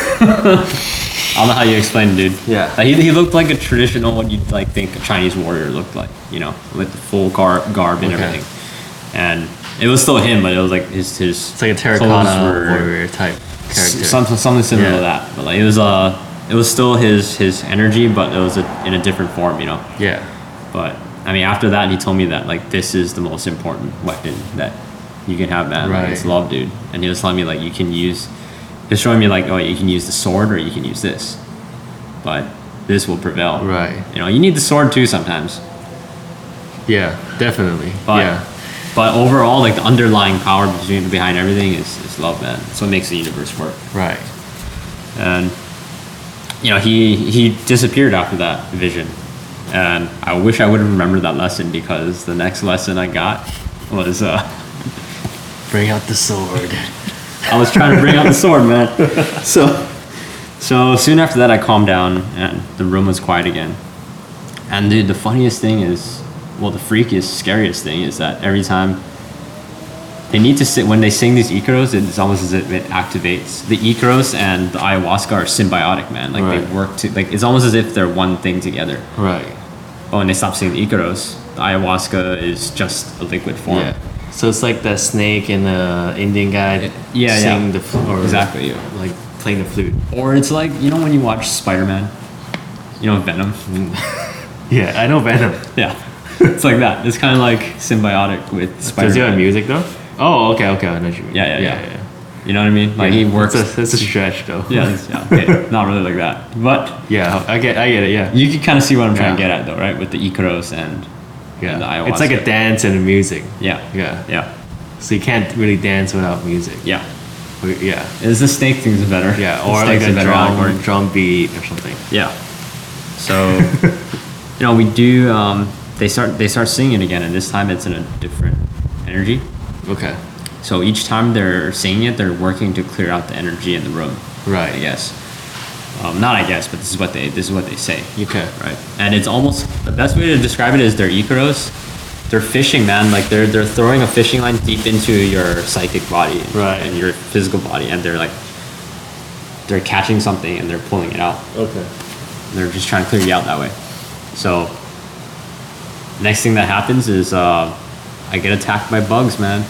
Speaker 1: I don't know how you explain, it, dude.
Speaker 3: Yeah.
Speaker 1: Like, he, he looked like a traditional what you'd like think a Chinese warrior looked like, you know, with the full gar- garb and
Speaker 3: Okay.
Speaker 1: everything. And it was still him, but it was like his his
Speaker 3: It's like a
Speaker 1: clothes
Speaker 3: terracotta
Speaker 1: were-
Speaker 3: warrior type character.
Speaker 1: S- Something, something similar
Speaker 3: Yeah.
Speaker 1: to that. But like it was uh it was still his his energy, but it was a, in a different form, you know.
Speaker 3: yeah,
Speaker 1: But I mean, after that, he told me that like this is the most important weapon that you can have, man. Like, it's
Speaker 3: Right.
Speaker 1: love, dude. And he was telling me like you can use, he was showing me like oh you can use the sword or you can use this, but this will prevail.
Speaker 3: Right.
Speaker 1: You know you need the sword too sometimes,
Speaker 3: yeah, definitely.
Speaker 1: but.
Speaker 3: yeah,
Speaker 1: But overall, like the underlying power between, behind everything is, is love, man. That's what makes the universe work.
Speaker 3: right.
Speaker 1: and you know he he disappeared after that vision and i wish i would have remembered that lesson because the next lesson i got was uh,
Speaker 3: Bring out the sword.
Speaker 1: i was trying to bring out the sword man so so soon after that i calmed down and the room was quiet again and dude the funniest thing is well the freakiest scariest thing is that every time they need to sit when they sing these icaros it's almost as if it activates the icaros and the ayahuasca are symbiotic man like
Speaker 3: Right.
Speaker 1: they work to like it's almost as if they're one thing together
Speaker 3: Right.
Speaker 1: oh and they stop singing the icaros the ayahuasca is just a liquid form
Speaker 3: Yeah. So it's like that snake and the Indian guy
Speaker 1: yeah,
Speaker 3: sing
Speaker 1: yeah.
Speaker 3: the fl- or
Speaker 1: exactly yeah.
Speaker 3: like playing the flute.
Speaker 1: or it's like you know when you watch spider-man you know venom
Speaker 3: Yeah, I know Venom.
Speaker 1: yeah it's like that it's kind of like symbiotic with
Speaker 3: Does he have
Speaker 1: spider-man
Speaker 3: music though? Oh, okay, okay, I know what you mean.
Speaker 1: Yeah, yeah, yeah. you know what i mean like he
Speaker 3: Yeah,
Speaker 1: works
Speaker 3: It's a, it's a stretch though.
Speaker 1: yeah, it's- yeah okay. not really like that but
Speaker 3: yeah. I get, I get it. Yeah,
Speaker 1: You can kind of see what I'm trying to
Speaker 3: Yeah.
Speaker 1: get at, though, right? With the Icaros and
Speaker 3: yeah.
Speaker 1: and the ayahuasca.
Speaker 3: it's like a dance and music.
Speaker 1: yeah,
Speaker 3: Yeah.
Speaker 1: yeah,
Speaker 3: So you can't really dance without music.
Speaker 1: yeah.
Speaker 3: Or- Yeah.
Speaker 1: Is the snake thing's better?
Speaker 3: Yeah,
Speaker 1: The
Speaker 3: or like
Speaker 1: snake's
Speaker 3: a drum,
Speaker 1: allegory.
Speaker 3: drum beat or something.
Speaker 1: Yeah. So, you know, we do. Um, they start. They start singing again, and this time it's in a different energy.
Speaker 3: Okay.
Speaker 1: So each time they're singing it, they're working to clear out the energy in the room.
Speaker 3: Right.
Speaker 1: I guess. Um, not I guess, but this is what they this is what they say.
Speaker 3: Okay.
Speaker 1: Right. And it's almost the best way to describe it is they're Icaros, they're fishing, man. Like they're they're throwing a fishing line deep into your psychic body,
Speaker 2: Right.
Speaker 1: and your physical body, and they're like they're catching something and they're pulling it out.
Speaker 2: Okay.
Speaker 1: They're just trying to clear you out that way. So next thing that happens is uh, I get attacked by bugs, man.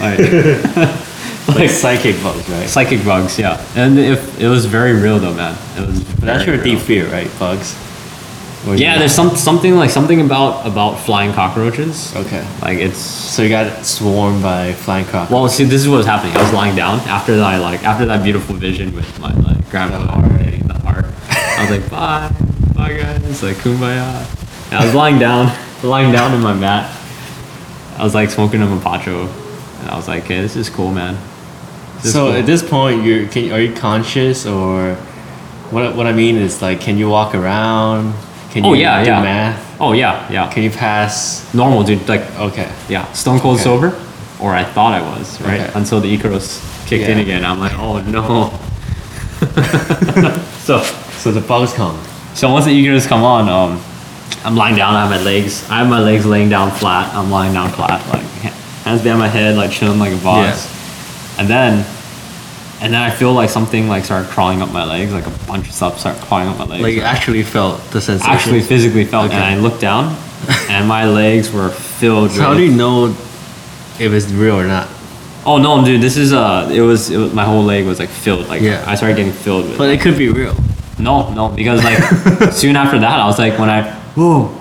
Speaker 1: Like
Speaker 2: Like psychic bugs, right?
Speaker 1: psychic bugs, yeah. And if it was very real though, man. It was.
Speaker 2: That's
Speaker 1: very real.
Speaker 2: your deep fear, right? Bugs. Or is
Speaker 1: Yeah,
Speaker 2: it-
Speaker 1: there's some something like something about about flying cockroaches.
Speaker 2: Okay.
Speaker 1: Like it's
Speaker 2: So you got swarmed by flying cockroaches.
Speaker 1: Well, see, this is what was happening. I was lying down after that, like after that beautiful vision with my like grandma hitting the heart. I was like, bye, bye guys, like kumbaya. And I was lying down, lying down in my mat. I was like smoking a mapacho, and I was like, okay, this is cool, man. This is
Speaker 2: so
Speaker 1: cool."
Speaker 2: at this point, you're can, are you conscious or what? I- What I mean is like, can you walk around? Can you
Speaker 1: oh yeah,
Speaker 2: do
Speaker 1: yeah.
Speaker 2: math?
Speaker 1: Oh yeah, yeah.
Speaker 2: Can you pass?
Speaker 1: Normal, dude. Like
Speaker 2: Okay.
Speaker 1: yeah, stone cold
Speaker 2: Okay.
Speaker 1: sober, or I thought I was, right?
Speaker 2: Okay.
Speaker 1: Until the Icarus kicked in
Speaker 2: Yeah.
Speaker 1: again. I'm like, oh no. so
Speaker 2: So the bugs come.
Speaker 1: So once the eagerness come on, um, I'm lying down. I have my legs. I have my legs laying down flat. I'm lying down flat, like ha- hands behind my head, like chilling like a boss. And then, and then I feel like something like started crawling up my legs, like a bunch of stuff started crawling up my legs.
Speaker 2: Like you actually felt the sensation.
Speaker 1: actually, physically felt. it. And
Speaker 2: Okay.
Speaker 1: I looked down, and my legs were filled.
Speaker 2: so how
Speaker 1: with,
Speaker 2: do you know if it's real or not?
Speaker 1: oh no, dude! This is uh, it was, it was my whole leg was like filled. Like
Speaker 2: Yeah.
Speaker 1: I started getting filled with.
Speaker 2: But it could be real.
Speaker 1: No, no, because like soon after that, I was like, when I whoa,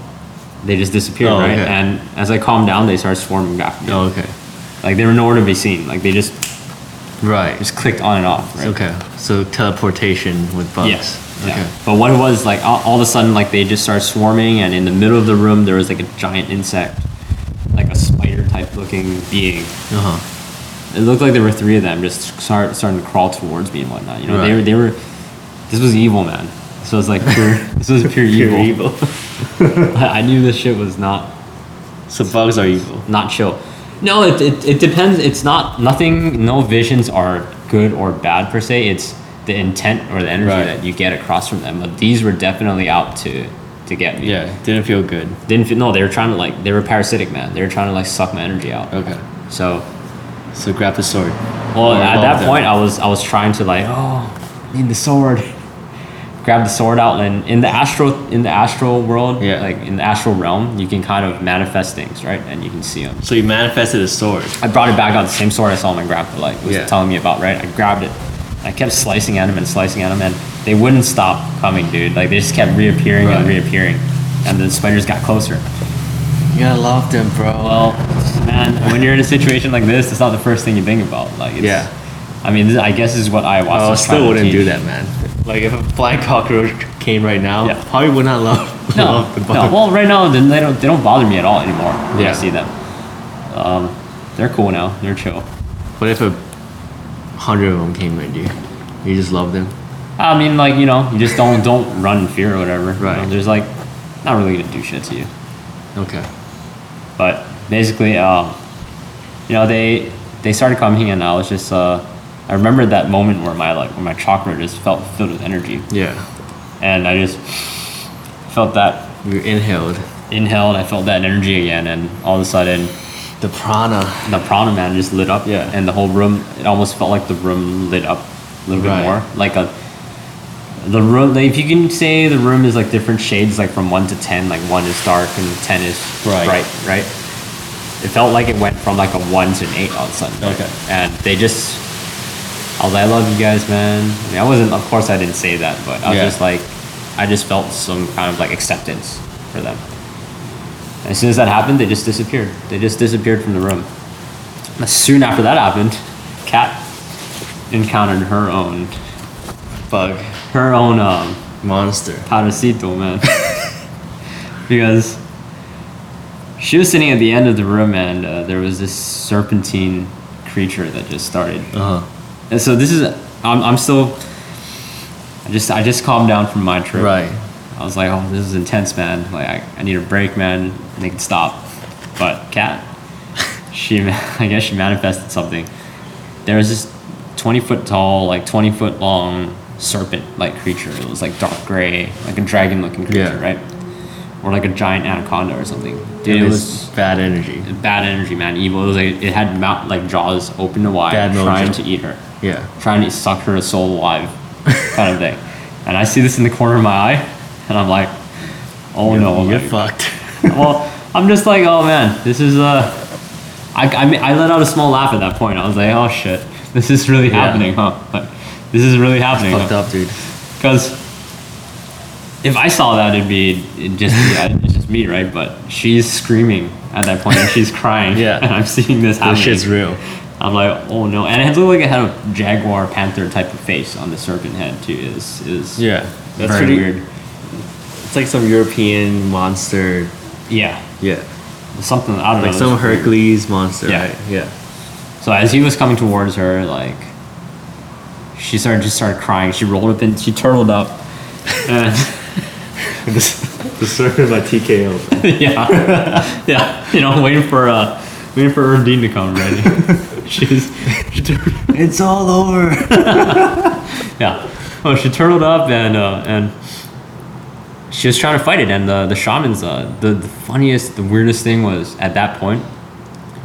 Speaker 1: they just disappeared,
Speaker 2: Oh,
Speaker 1: right?
Speaker 2: okay.
Speaker 1: And as I calmed down, they started swarming after me.
Speaker 2: Oh, okay.
Speaker 1: Like they were nowhere to be seen. Like they just
Speaker 2: Right.
Speaker 1: just clicked on and off, right?
Speaker 2: Okay. So teleportation with bugs.
Speaker 1: Yes.
Speaker 2: Okay.
Speaker 1: Yeah. But what it was like all, all of a sudden, like they just started swarming, and in the middle of the room, there was like a giant insect, like a spider type looking being.
Speaker 2: Uh huh.
Speaker 1: It looked like there were three of them just start, starting to crawl towards me and whatnot. You know, they were
Speaker 2: Right.
Speaker 1: they were. This was evil, man. This was like pure. this was pure
Speaker 2: Pure
Speaker 1: I knew this shit was not
Speaker 2: So bugs are evil.
Speaker 1: not chill. No, it, it, it depends. It's not nothing. No visions are good or bad per se. It's the intent or the energy
Speaker 2: Right.
Speaker 1: that you get across from them. But these were definitely out to to get me.
Speaker 2: Yeah. Didn't feel good.
Speaker 1: Didn't feel, no. They were trying to like they were parasitic, man. They were trying to like suck my energy out.
Speaker 2: Okay.
Speaker 1: So
Speaker 2: So grab the sword.
Speaker 1: well,
Speaker 2: Or
Speaker 1: at
Speaker 2: both of
Speaker 1: that
Speaker 2: them.
Speaker 1: point, I was I was trying to like, oh, need the sword. Grab the sword out, and in the astral in the astral world,
Speaker 2: Yeah.
Speaker 1: like in the astral realm, you can kind of manifest things, right? And you can see them.
Speaker 2: So you manifested a sword.
Speaker 1: I brought it back out the same sword I saw my grandpa like was
Speaker 2: Yeah.
Speaker 1: telling me about, right? I grabbed it. I kept slicing at him and slicing at him, and they wouldn't stop coming, dude. Like they just kept reappearing and
Speaker 2: Right.
Speaker 1: reappearing, and the spiders got closer.
Speaker 2: You gotta love them, bro.
Speaker 1: Well, man, when you're in a situation like this, it's not the first thing you think about. Like, it's,
Speaker 2: Yeah. Oh,
Speaker 1: I mean, this, I guess this is what I watched.
Speaker 2: I
Speaker 1: was trying
Speaker 2: still
Speaker 1: to
Speaker 2: wouldn't
Speaker 1: teach.
Speaker 2: do that, man. Like if a flying cockroach came right now,
Speaker 1: Yeah.
Speaker 2: probably would not love,
Speaker 1: No,
Speaker 2: love the
Speaker 1: no.
Speaker 2: bug.
Speaker 1: Well, right now then they don't they don't bother me at all anymore. When
Speaker 2: Yeah.
Speaker 1: I see them. Um, they're cool now. They're chill.
Speaker 2: What if a hundred of them came at you? You just love them.
Speaker 1: I mean, like you know, you just don't don't run in fear or whatever. you
Speaker 2: Right.
Speaker 1: know, there's like, not really gonna do shit to you.
Speaker 2: Okay.
Speaker 1: But basically, um, you know, they they started coming and I was just uh, I remember that moment where my like where my chakra just felt filled with energy
Speaker 2: Yeah.
Speaker 1: and I just felt that
Speaker 2: You inhaled
Speaker 1: inhale and I felt that energy again and all of a sudden
Speaker 2: the prana.
Speaker 1: the prana man just lit up
Speaker 2: Yeah.
Speaker 1: and the whole room it almost felt like the room lit up a little
Speaker 2: Right.
Speaker 1: bit more like a the room like if you can say the room is like different shades like from 1 to 10 like 1 is dark and 10 is
Speaker 2: Right.
Speaker 1: bright right it felt like it went from like a 1 to an 8 all of a sudden
Speaker 2: Okay.
Speaker 1: and they just I was like I love you guys man I mean I wasn't of course I didn't say that but I was
Speaker 2: Yeah.
Speaker 1: just like I just felt some kind of like acceptance for them as soon as that happened, they just disappeared. They just disappeared from the room. As soon after that happened, Kat encountered her own,
Speaker 2: Bug.
Speaker 1: her own um,
Speaker 2: Monster.
Speaker 1: parasito, man. because she was sitting at the end of the room, and uh, there was this serpentine creature that just started
Speaker 2: Uh
Speaker 3: Uh-huh.
Speaker 2: huh.
Speaker 1: and so this is I'm, I'm still I just I just calmed down from my trip.
Speaker 2: Right.
Speaker 1: I was like, oh, this is intense, man. Like I, I need a break, man. Make it stop. But cat, she ma- I guess she manifested something. There was this twenty foot tall, like twenty foot long serpent like creature. It was like dark gray, like a dragon looking creature,
Speaker 2: Yeah.
Speaker 1: right? or like a giant anaconda or something. Dude,
Speaker 2: It
Speaker 1: it
Speaker 2: was
Speaker 1: was
Speaker 2: bad energy.
Speaker 1: bad energy, man. Evil. It was like it had mouth like jaws open wide,
Speaker 2: Bad mojo.
Speaker 1: trying to eat her,
Speaker 2: Yeah.
Speaker 1: trying to suck her soul alive, kind of thing. And I see this in the corner of my eye, and I'm like, oh no,
Speaker 2: You're
Speaker 1: like-
Speaker 2: fucked.
Speaker 1: well, I'm just like, oh man, this is uh, I, I, mean, I let out a small laugh at that point. I was like, oh shit, this is really happening, huh? Like, this is really happening.
Speaker 2: fucked up, dude.
Speaker 1: Because if I saw that, it'd be it'd just yeah, it's just me, right? But she's screaming at that point, and she's crying.
Speaker 2: Yeah.
Speaker 1: and I'm seeing this
Speaker 2: That
Speaker 1: happening.
Speaker 2: shit's real.
Speaker 1: I'm like, oh no, and it looked like it had a jaguar panther type of face on the serpent head too. Is is
Speaker 2: Yeah.
Speaker 1: That's
Speaker 2: Very
Speaker 1: very
Speaker 2: weird.
Speaker 1: weird.
Speaker 3: It's like some European monster.
Speaker 1: Yeah,
Speaker 3: Yeah.
Speaker 1: something I don't know.
Speaker 3: Like
Speaker 1: it
Speaker 3: some
Speaker 1: was weird.
Speaker 3: Hercules monster,
Speaker 1: Yeah.
Speaker 3: right? Yeah.
Speaker 1: So as he was coming towards her, like she started just started crying. She rolled up and she turtled up. And
Speaker 3: the serpent by TKO.
Speaker 1: yeah, yeah, you know, waiting for uh, waiting for Irvine to come ready. she was, she tur-
Speaker 3: It's all over.
Speaker 1: yeah. Well, she turtled up and uh, and she was trying to fight it. And the the shamans, uh, the, the funniest, the weirdest thing was at that point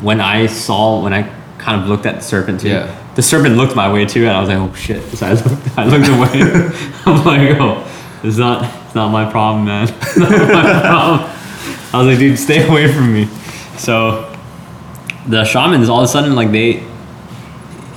Speaker 1: when I saw when I kind of looked at the serpent too.
Speaker 2: Yeah.
Speaker 1: The serpent looked my way too, and I was like, oh shit. So I looked, I looked away. I'm like, oh, it's not it's not my problem, man. It's not my problem. I was like, dude, stay away from me. So the shamans all of a sudden like they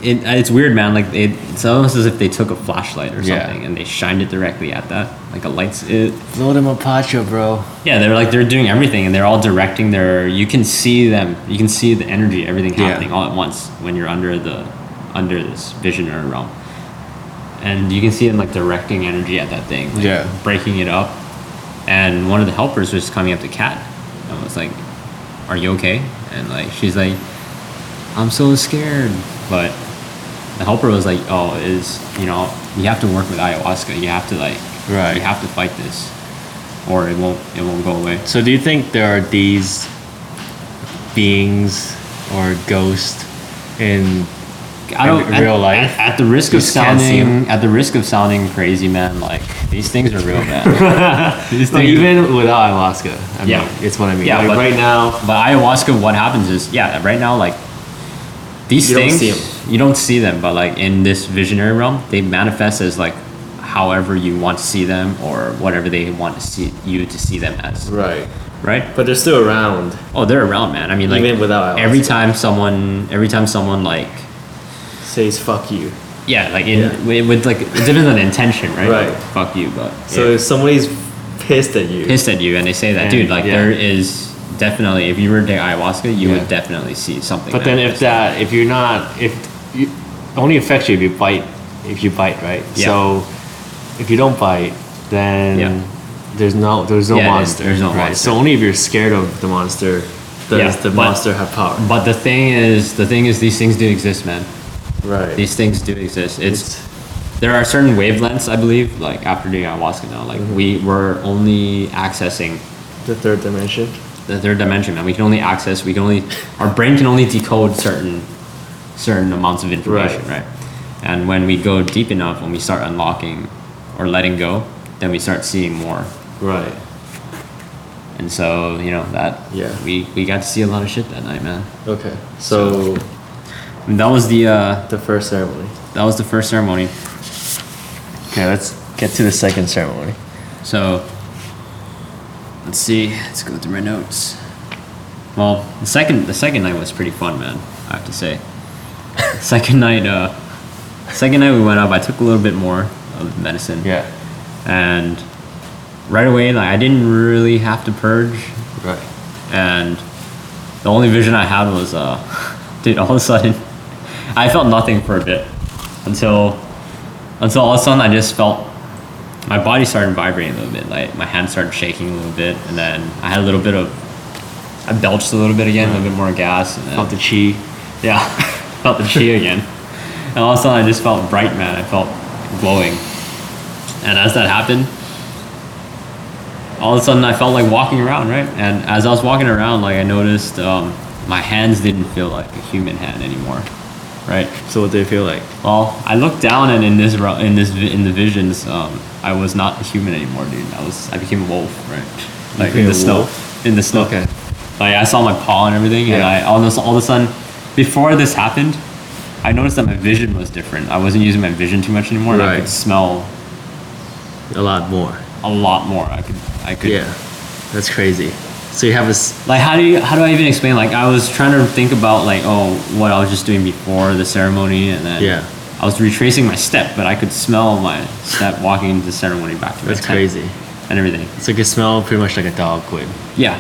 Speaker 1: it, it's weird man like it, it's almost as if they took a flashlight or something
Speaker 2: Yeah.
Speaker 1: and they shined it directly at that like a lights it
Speaker 2: Blow them apacho, bro.
Speaker 1: yeah, they're like they're doing everything, and they're all directing their. You can see them. You can see the energy, everything
Speaker 2: Yeah.
Speaker 1: happening all at once when you're under the under this visionary realm, and you can see them like directing energy at that thing, like,
Speaker 2: Yeah.
Speaker 1: breaking it up. And one of the helpers was coming up to Kat and was like, "Are you okay?" And like she's like, "I'm so scared," but the helper was like, "Oh, is you know you have to work with ayahuasca. You have to like
Speaker 2: Right.
Speaker 1: you have to fight this." Or it won't it won't go away.
Speaker 2: So, do you think there are these beings or ghosts in
Speaker 1: I don't
Speaker 2: in real
Speaker 1: at-
Speaker 2: life?
Speaker 1: At, at the risk
Speaker 2: You
Speaker 1: of
Speaker 2: just can't see
Speaker 1: sounding at the risk of sounding crazy, man, like these things are real, man. these
Speaker 2: No,
Speaker 1: things,
Speaker 2: even without ayahuasca, I
Speaker 1: Yeah.
Speaker 2: mean, it's what I mean.
Speaker 1: Yeah,
Speaker 2: like
Speaker 1: but-
Speaker 2: right now,
Speaker 1: but ayahuasca, what happens is, yeah, right now, like these
Speaker 2: You don't
Speaker 1: things,
Speaker 2: see 'em.
Speaker 1: you don't see them, but like in this visionary realm, they manifest as like however you want to see them or whatever they want to see you to see them as,
Speaker 2: right?
Speaker 1: right?
Speaker 2: But they're still around.
Speaker 1: Oh, they're around, man. I mean, like
Speaker 2: Even without ayahuasca.
Speaker 1: every time someone, every time someone like
Speaker 2: Says fuck you.
Speaker 1: Yeah, like in
Speaker 2: Yeah.
Speaker 1: with, with like it's different than intention, right?
Speaker 2: Right.
Speaker 1: Like, fuck you, but
Speaker 2: So
Speaker 1: yeah.
Speaker 2: if somebody's pissed at you,
Speaker 1: pissed at you, and they say that,
Speaker 2: And-
Speaker 1: dude. Like
Speaker 2: yeah.
Speaker 1: there is definitely, if you were to take ayahuasca, you
Speaker 2: Yeah.
Speaker 1: would definitely see something.
Speaker 2: but then if
Speaker 1: manifest.
Speaker 2: that, if you're not, if you, it only affects you if you bite, if you bite, right?
Speaker 1: Yeah.
Speaker 2: So if you don't bite, then
Speaker 1: Yeah.
Speaker 2: there's no there's no
Speaker 1: Yeah, there's-
Speaker 2: monster.
Speaker 1: there's no
Speaker 2: right?
Speaker 1: monster.
Speaker 2: So only if you're scared of the monster does
Speaker 1: Yeah,
Speaker 2: the
Speaker 1: but-
Speaker 2: monster have power.
Speaker 1: but the thing is, the thing is, these things do exist, man.
Speaker 2: Right.
Speaker 1: These things do exist. It's, there are certain wavelengths, I believe. Like after doing ayahuasca now, like
Speaker 2: Mm-hmm.
Speaker 1: we were only accessing
Speaker 2: the third dimension.
Speaker 1: the third dimension, man. We can only access, we can only, our brain can only decode certain, certain amounts of information, right. And when we go deep enough, when we start unlocking or letting go, then we start seeing more.
Speaker 2: Right.
Speaker 1: And so, you know, that,
Speaker 2: Yeah.
Speaker 1: we, we got to see a lot of shit that night, man.
Speaker 2: Okay. So
Speaker 1: And that was the, uh,
Speaker 2: the first ceremony.
Speaker 1: that was the first ceremony.
Speaker 2: Okay, let's get to the second ceremony.
Speaker 1: So, let's see. Let's go through my notes. Well, the second the second night was pretty fun, man. I have to say. second night, uh, second night we went up. I took a little bit more of the medicine.
Speaker 2: Yeah.
Speaker 1: And right away, like I didn't really have to purge,
Speaker 2: Right.
Speaker 1: and the only vision I had was, uh, dude, all of a sudden, I felt nothing for a bit until until all of a sudden I just felt my body started vibrating a little bit. Like my hands started shaking a little bit, and then I had a little bit of I belched a little bit again, a little bit more gas. And then,
Speaker 2: Felt the chi.
Speaker 1: yeah, felt the chi again, and all of a sudden I just felt bright, man. I felt glowing, and as that happened. All of a sudden, I felt like walking around, right? And as I was walking around, like I noticed um, my hands didn't feel like a human hand anymore, right?
Speaker 2: So what do you feel like?
Speaker 1: Well, I looked down and in this ro- in this vi- in the visions, um, I was not a human anymore, dude. I was I became a wolf, right? like in
Speaker 2: Between
Speaker 1: the
Speaker 2: the
Speaker 1: snow. In the snow.
Speaker 2: Okay.
Speaker 1: Like I saw my paw and everything, and
Speaker 2: Yeah.
Speaker 1: I all of, a- all of a sudden, before this happened, I noticed that my vision was different. I wasn't using my vision too much anymore. And I
Speaker 5: Right.
Speaker 1: could smell
Speaker 3: a lot more.
Speaker 1: a lot more. I could, I could.
Speaker 3: Yeah, that's crazy.
Speaker 2: So you have a s-
Speaker 1: Like how do you, how do I even explain? Like I was trying to think about like oh what I was just doing before the ceremony, and then
Speaker 3: Yeah,
Speaker 1: I was retracing my step, but I could smell my step walking into the ceremony back to my
Speaker 3: that's
Speaker 1: tent
Speaker 3: crazy.
Speaker 1: and everything.
Speaker 3: So you can smell pretty much like a dog would.
Speaker 1: Yeah,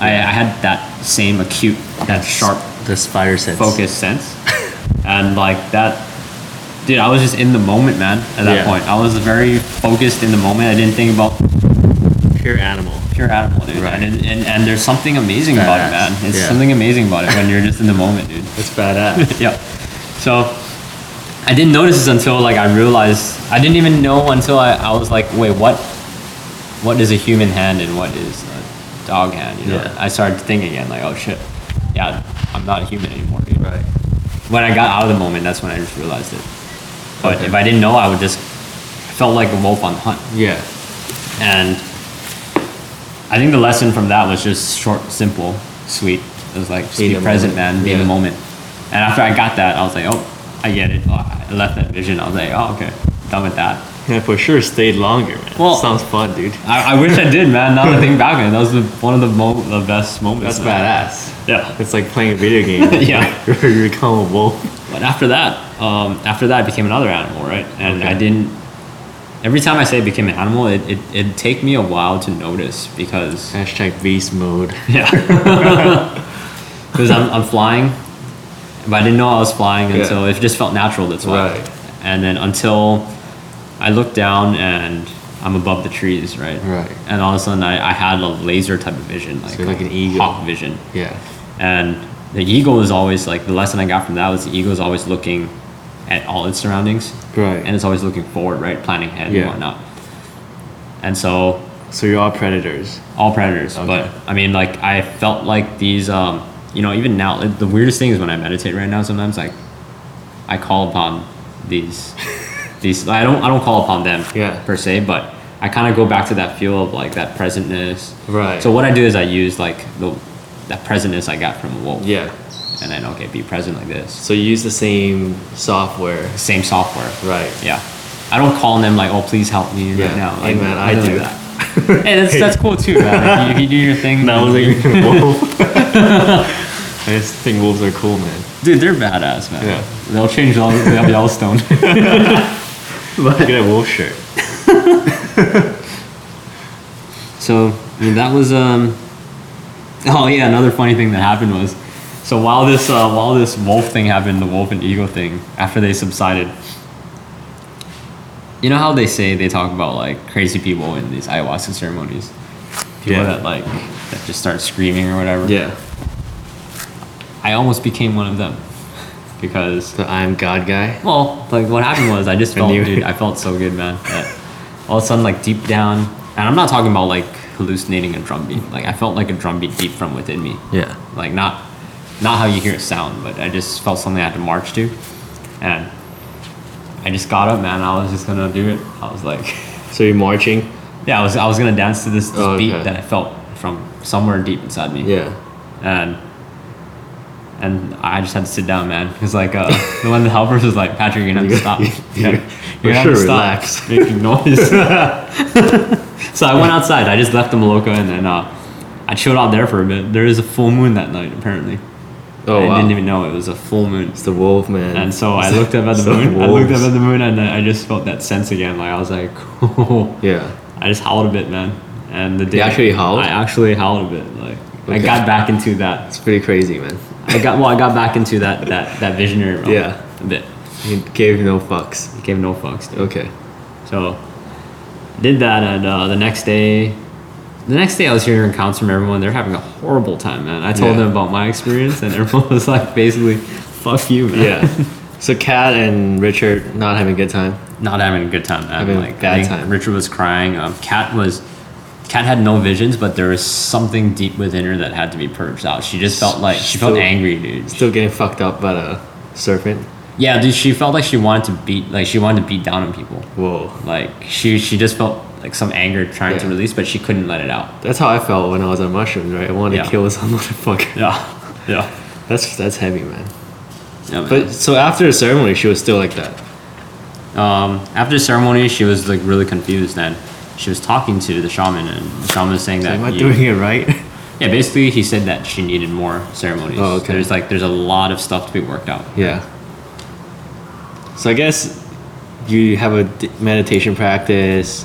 Speaker 1: I, I had that same acute, that sharp
Speaker 3: The spider sense.
Speaker 1: focus sense, and like that, dude. I was just in the moment, man. At that
Speaker 3: Yeah.
Speaker 1: point, I was very focused in the moment. I didn't think about
Speaker 3: Pure animal.
Speaker 1: pure animal, dude.
Speaker 3: Right.
Speaker 1: And, and and there's something amazing about it,
Speaker 3: Badass.
Speaker 1: man. It's
Speaker 3: Yeah.
Speaker 1: something amazing about it when you're just in the moment, dude.
Speaker 3: That's badass.
Speaker 1: yeah. So I didn't notice this until like I realized I didn't even know until I, I was like, wait, what what is a human hand and what is a dog hand? You know?
Speaker 3: Yeah.
Speaker 1: I started to think again, like, oh shit. Yeah, I'm not a human anymore, dude. Right. When I got out of the moment, that's when I just realized it. But if I didn't know I would just I felt like a wolf on the hunt.
Speaker 3: yeah.
Speaker 1: And I think the lesson from that was just short, simple, sweet. It was like just
Speaker 3: Be
Speaker 1: be,
Speaker 3: in the
Speaker 1: present,
Speaker 3: moment.
Speaker 1: man, be in the
Speaker 3: Yeah.
Speaker 1: moment. And after I got that, I was like, oh, I get it. Oh, I left that vision. I was like, oh, okay, done with that.
Speaker 3: Yeah, for sure stayed longer, man.
Speaker 1: Well-
Speaker 3: sounds fun, dude.
Speaker 1: I, I wish I did, man. Now that I think back, man, that was the, one of the mo- the best moments.
Speaker 3: That's
Speaker 1: man.
Speaker 3: badass.
Speaker 1: Yeah.
Speaker 3: It's like playing a video game.
Speaker 1: Yeah.
Speaker 3: you become a wolf.
Speaker 1: But after that, um, after that, I became another animal, right? And I
Speaker 3: Okay.
Speaker 1: didn't. Every time I say I became an animal, it it it'd take me a while to notice because
Speaker 3: Hashtag beast mode.
Speaker 1: Yeah. Because I'm, I'm flying, but I didn't know I was flying
Speaker 3: Yeah.
Speaker 1: until it just felt natural. That's why.
Speaker 3: Right.
Speaker 1: And then until I looked down and I'm above the trees, right?
Speaker 3: Right.
Speaker 1: And all of a sudden I, I had a laser type of vision, like,
Speaker 3: you're like an
Speaker 1: a
Speaker 3: eagle.
Speaker 1: hawk vision.
Speaker 3: Yeah.
Speaker 1: And the eagle is always like the lesson I got from that was the eagle is always looking at all its surroundings.
Speaker 3: Right.
Speaker 1: And it's always looking forward, right? Planning ahead
Speaker 3: Yeah.
Speaker 1: and whatnot. And so
Speaker 3: So you're all predators.
Speaker 1: all predators but i mean like i felt like these um you know even now it- the weirdest thing is when i meditate right now sometimes like i call upon these these i don't i don't call upon them
Speaker 3: Yeah.
Speaker 1: per se but i kind of go back to that feel of like that presentness
Speaker 3: Right.
Speaker 1: so what i do is i use like the that presentness i got from a wolf
Speaker 3: Yeah.
Speaker 1: and then okay be present like this
Speaker 3: So you use the same software.
Speaker 1: same software
Speaker 3: Right.
Speaker 1: yeah i don't call on them like oh please help me
Speaker 3: Yeah.
Speaker 1: right now
Speaker 3: Hey,
Speaker 1: like,
Speaker 3: man, I
Speaker 1: nothing
Speaker 3: do.
Speaker 1: like that. hey that's that's cool too man If you, if you do your thing
Speaker 3: That
Speaker 1: then-
Speaker 3: was like wolf. I just think wolves are cool, man.
Speaker 1: Dude, they're badass, man.
Speaker 3: Yeah.
Speaker 1: They'll change all they have Yellowstone.
Speaker 3: Get a wolf shirt.
Speaker 1: so I mean, that was um. Oh yeah, another funny thing that happened was, so while this uh, while this wolf thing happened, the wolf and eagle thing, after they subsided. You know how they say they talk about like crazy people in these ayahuasca ceremonies, people
Speaker 3: Yeah.
Speaker 1: that like that just start screaming or whatever.
Speaker 3: Yeah.
Speaker 1: I almost became one of them, because
Speaker 3: The I'm God guy.
Speaker 1: Well, like what happened was I just
Speaker 3: I
Speaker 1: felt,
Speaker 3: knew it.
Speaker 1: dude, I felt so good, man. That all of a sudden, like deep down, and I'm not talking about like hallucinating a drum beat. Like I felt like a drum beat deep from within me.
Speaker 3: Yeah.
Speaker 1: Like not, not how you hear it sound, but I just felt something I had to march to, and I just got up, man. I was just gonna do it. I was like,
Speaker 3: So you're marching.
Speaker 1: yeah, I was, I was gonna dance to this, this
Speaker 3: Oh, okay.
Speaker 1: beat that I felt from somewhere deep inside me
Speaker 3: Yeah.
Speaker 1: and and I just had to sit down, man. Because like uh, the one of the helpers was like, Patrick, you're gonna have to stop.
Speaker 3: you-
Speaker 1: You're,
Speaker 3: you
Speaker 1: gonna have to
Speaker 3: should relax."
Speaker 1: stop making noise. so I went outside. I just left the Maloka and then uh, I chilled out there for a bit. There is a full moon that night, apparently.
Speaker 3: Oh
Speaker 1: I
Speaker 3: wow.
Speaker 1: didn't even know it was a full moon.
Speaker 3: it's the wolf, man.
Speaker 1: And so I looked up at the
Speaker 3: So
Speaker 1: moon. I looked up
Speaker 3: wolves.
Speaker 1: at the moon and I I just felt that sense again. Like I was like,
Speaker 3: Yeah.
Speaker 1: I just howled a bit, man. And the day
Speaker 3: actually howled?
Speaker 1: I actually howled a bit. Like I
Speaker 3: Okay.
Speaker 1: got back into that
Speaker 3: It's pretty crazy, man.
Speaker 1: I got well. I got back into that that that visionary realm.
Speaker 3: Yeah.
Speaker 1: a bit.
Speaker 3: He gave no fucks.
Speaker 1: Gave no fucks. Dude.
Speaker 3: Okay.
Speaker 1: So did that, and uh, the next day, the next day I was hearing accounts from everyone. They're having a horrible time, man. I told
Speaker 3: Yeah.
Speaker 1: them about my experience, and everyone was like, basically, "Fuck you, man."
Speaker 3: Yeah. so Kat and Richard not having a good time.
Speaker 1: Not having a good time. Man.
Speaker 3: Having a
Speaker 1: like,
Speaker 3: bad
Speaker 1: I think
Speaker 3: time.
Speaker 1: Richard was crying. Um, Kat was. Kat had no visions, but there was something deep within her that had to be purged out. She just felt like she felt
Speaker 3: Still-
Speaker 1: angry, dude.
Speaker 3: Still getting fucked up by the serpent.
Speaker 1: Yeah, dude. She felt like she wanted to beat, like she wanted to beat down on people.
Speaker 3: Whoa.
Speaker 1: like she she just felt like some anger trying to
Speaker 2: Yeah.
Speaker 1: release, but she couldn't let it out.
Speaker 2: That's how I felt when I was on mushrooms, right? I wanted
Speaker 1: Yeah.
Speaker 2: to kill some motherfucker.
Speaker 1: Yeah, yeah.
Speaker 2: That's that's heavy, man.
Speaker 1: yeah man.
Speaker 2: But so after the ceremony, she was still like that.
Speaker 1: Um, after the ceremony, she was like really confused. Then she was talking to the shaman, and the shaman was saying that
Speaker 2: Am I
Speaker 1: you-
Speaker 2: doing it right?
Speaker 1: yeah, basically he said that she needed more ceremonies.
Speaker 2: Oh, okay.
Speaker 1: There's like there's a lot of stuff to be worked out.
Speaker 2: yeah. So I guess you have a d- meditation practice,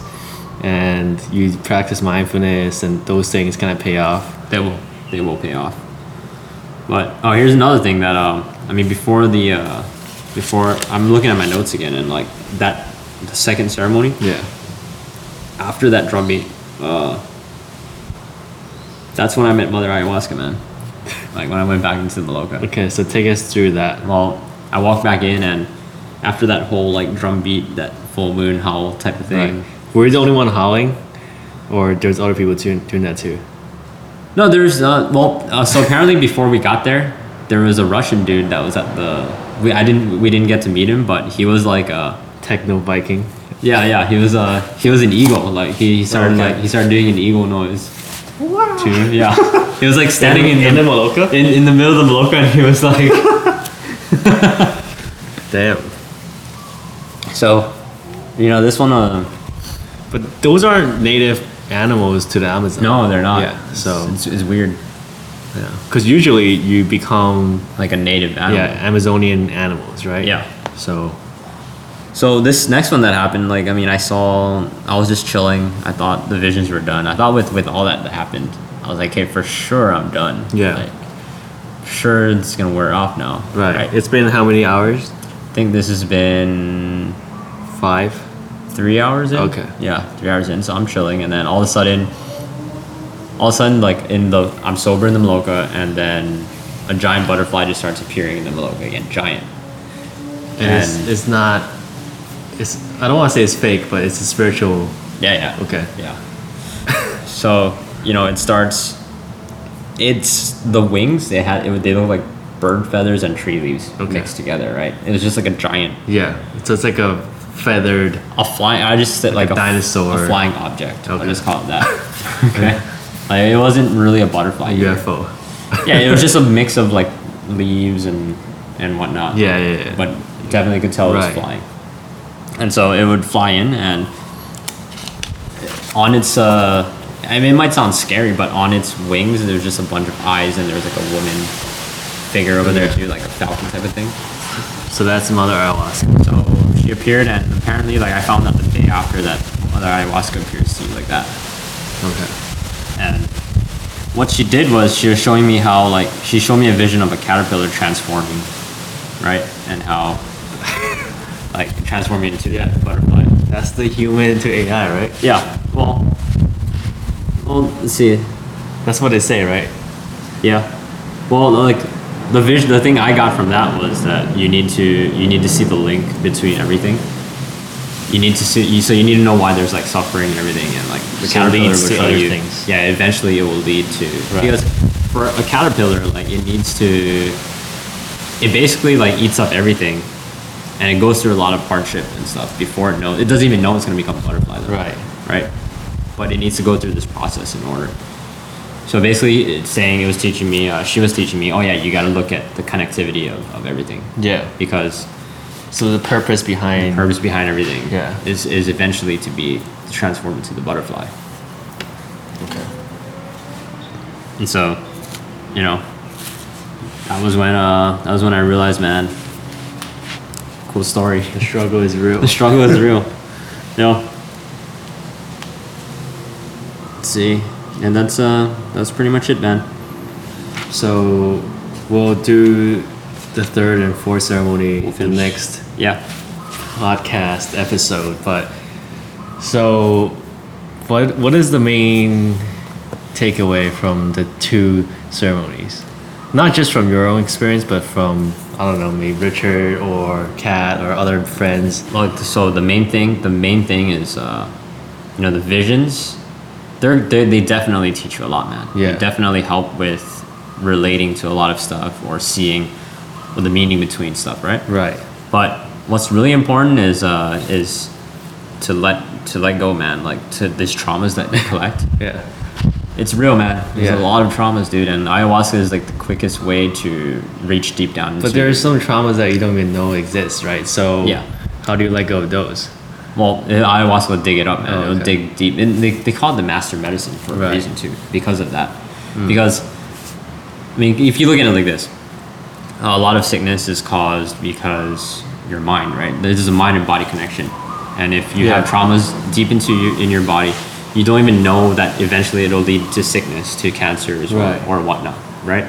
Speaker 2: and you practice mindfulness, and those things kind of pay off.
Speaker 1: They will they will pay off. But oh, here's another thing that um, I mean before the uh, before I'm looking at my notes again, and like that the second ceremony
Speaker 2: Yeah.
Speaker 1: after that drum beat, uh, that's when I met Mother Ayahuasca, man. Like when I went back into the loca.
Speaker 2: Okay, so take us through that.
Speaker 1: Well, I walked back in, and after that whole like drum beat, that full moon howl type of thing.
Speaker 2: Right. Were you the only one howling, or there's other people doing doing that too?
Speaker 1: No, there's uh, well, uh, so apparently before we got there, there was a Russian dude that was at the. We I didn't we didn't get to meet him, but he was like uh
Speaker 2: Techno biking.
Speaker 1: yeah yeah he was uh he was an eagle like he, he started
Speaker 2: Okay.
Speaker 1: like he started doing an eagle noise. Too yeah, he was like standing in the,
Speaker 2: Maloka.
Speaker 1: in, in the middle of the Maloka and he was like
Speaker 2: Damn.
Speaker 1: so you know this one uh
Speaker 2: But those aren't native animals to the Amazon.
Speaker 1: no they're not
Speaker 2: Yeah, so-
Speaker 1: it's, it's weird
Speaker 2: Because usually you become
Speaker 1: like a native animal
Speaker 2: yeah Amazonian animals, right?
Speaker 1: Yeah.
Speaker 2: So
Speaker 1: So this next one that happened, like I mean, I saw I was just chilling. I thought the visions were done. I thought with with all that that happened, I was like, okay, for sure I'm done.
Speaker 2: Yeah.
Speaker 1: Like, sure, it's gonna wear off now.
Speaker 2: right. It's been how many hours?
Speaker 1: I think this has been
Speaker 2: Five.
Speaker 1: three hours in.
Speaker 2: Okay.
Speaker 1: Yeah, three hours in. So I'm chilling, and then all of a sudden, all of a sudden, like in the I'm sober in the Maloka, and then a giant butterfly just starts appearing in the Maloka again, giant.
Speaker 2: And it's, it's not. It's I don't want to say it's fake, but it's a spiritual.
Speaker 1: Yeah, yeah.
Speaker 2: Okay.
Speaker 1: Yeah. so you know, it starts. It's the wings. They had. It, they look like bird feathers and tree leaves
Speaker 2: Okay.
Speaker 1: mixed together, right? It was just like a giant,
Speaker 2: Yeah. So it's like a feathered.
Speaker 1: a flying. I just said
Speaker 2: Like
Speaker 1: like,
Speaker 2: a
Speaker 1: f-
Speaker 2: dinosaur.
Speaker 1: a flying object.
Speaker 2: Okay.
Speaker 1: I just call it that. okay. Like, it wasn't really a butterfly. either.
Speaker 2: UFO.
Speaker 1: yeah, it was just a mix of like leaves and and whatnot.
Speaker 2: Yeah, yeah, yeah.
Speaker 1: But definitely could tell it
Speaker 2: Right.
Speaker 1: was flying. And so it would fly in and on its uh I mean it might sound scary, but on its wings there's just a bunch of eyes and there's like a woman figure over there too, like a falcon type of thing.
Speaker 2: So that's Mother Ayahuasca.
Speaker 1: So she appeared and apparently like I found out the day after that other ayahuasca appears to you like that.
Speaker 2: Okay.
Speaker 1: And what she did was she was showing me how like she showed me a vision of a caterpillar transforming, right? And how like transforming into that butterfly.
Speaker 2: That's the human to AI, right?
Speaker 1: Yeah. Well. Well, let's see.
Speaker 2: That's what they say, right?
Speaker 1: Yeah. Well, like the vision, the thing I got from that was that you need to you need to see the link between everything. You need to see you, so you need to know why there's like suffering and everything, and like the
Speaker 2: So it
Speaker 1: caterpillar
Speaker 2: leads
Speaker 1: will
Speaker 2: to
Speaker 1: show
Speaker 2: other
Speaker 1: you-
Speaker 2: things.
Speaker 1: Yeah, eventually it will lead to
Speaker 2: Right.
Speaker 1: because for a caterpillar, like it needs to, it basically like eats up everything, and it goes through a lot of hardship and stuff before it knows it doesn't even know it's gonna become a butterfly. Though
Speaker 2: Right.
Speaker 1: right? But it needs to go through this process in order. So basically, it's saying it was teaching me, uh, she was teaching me, oh yeah, you got to look at the connectivity of, of everything
Speaker 2: Yeah.
Speaker 1: because
Speaker 2: So the purpose
Speaker 1: the
Speaker 2: behind
Speaker 1: purpose behind everything
Speaker 2: Yeah.
Speaker 1: is, is eventually to be transformed into the butterfly.
Speaker 2: Okay.
Speaker 1: And so, you know, that was when uh, that was when I realized, man, cool story.
Speaker 2: the struggle is real.
Speaker 1: The struggle is real. You know. Let's see, and that's uh that's pretty much it, man.
Speaker 2: So we'll do the third and fourth ceremony the
Speaker 1: finish.
Speaker 2: next
Speaker 1: Yeah.
Speaker 2: podcast episode. But so what what is the main takeaway from the two ceremonies? Not just from your own experience, but from I don't know, maybe Richard or Kat or other friends.
Speaker 1: Well, so the main thing, the main thing is, uh, you know, the visions. They're, they they definitely teach you a lot, man.
Speaker 2: Yeah.
Speaker 1: They definitely help with relating to a lot of stuff or seeing or the meaning between stuff, right?
Speaker 2: Right.
Speaker 1: But what's really important is uh, is to let to let go, man. Like to these traumas that they collect.
Speaker 2: Yeah.
Speaker 1: It's real, man. There's
Speaker 2: Yeah.
Speaker 1: a lot of traumas, dude, and ayahuasca is like the quickest way to reach deep down.
Speaker 2: But
Speaker 1: into-
Speaker 2: there are some traumas that you don't even know exist, right? So
Speaker 1: Yeah.
Speaker 2: how do you let go of those?
Speaker 1: well, eh, ayahuasca will dig it up, man.
Speaker 2: Oh,
Speaker 1: It'll
Speaker 2: okay.
Speaker 1: dig deep, and they, they call it the master medicine for
Speaker 2: Right. Hmm.
Speaker 1: a reason too, because of that. Because, I mean, if you look at it like this, a lot of sickness is caused because your mind, right? This is a mind and body connection, and if you have traumas deep into you in your body, you don't even know that eventually it'll lead to sickness, to cancers,
Speaker 2: Right.
Speaker 1: or, or whatnot, right?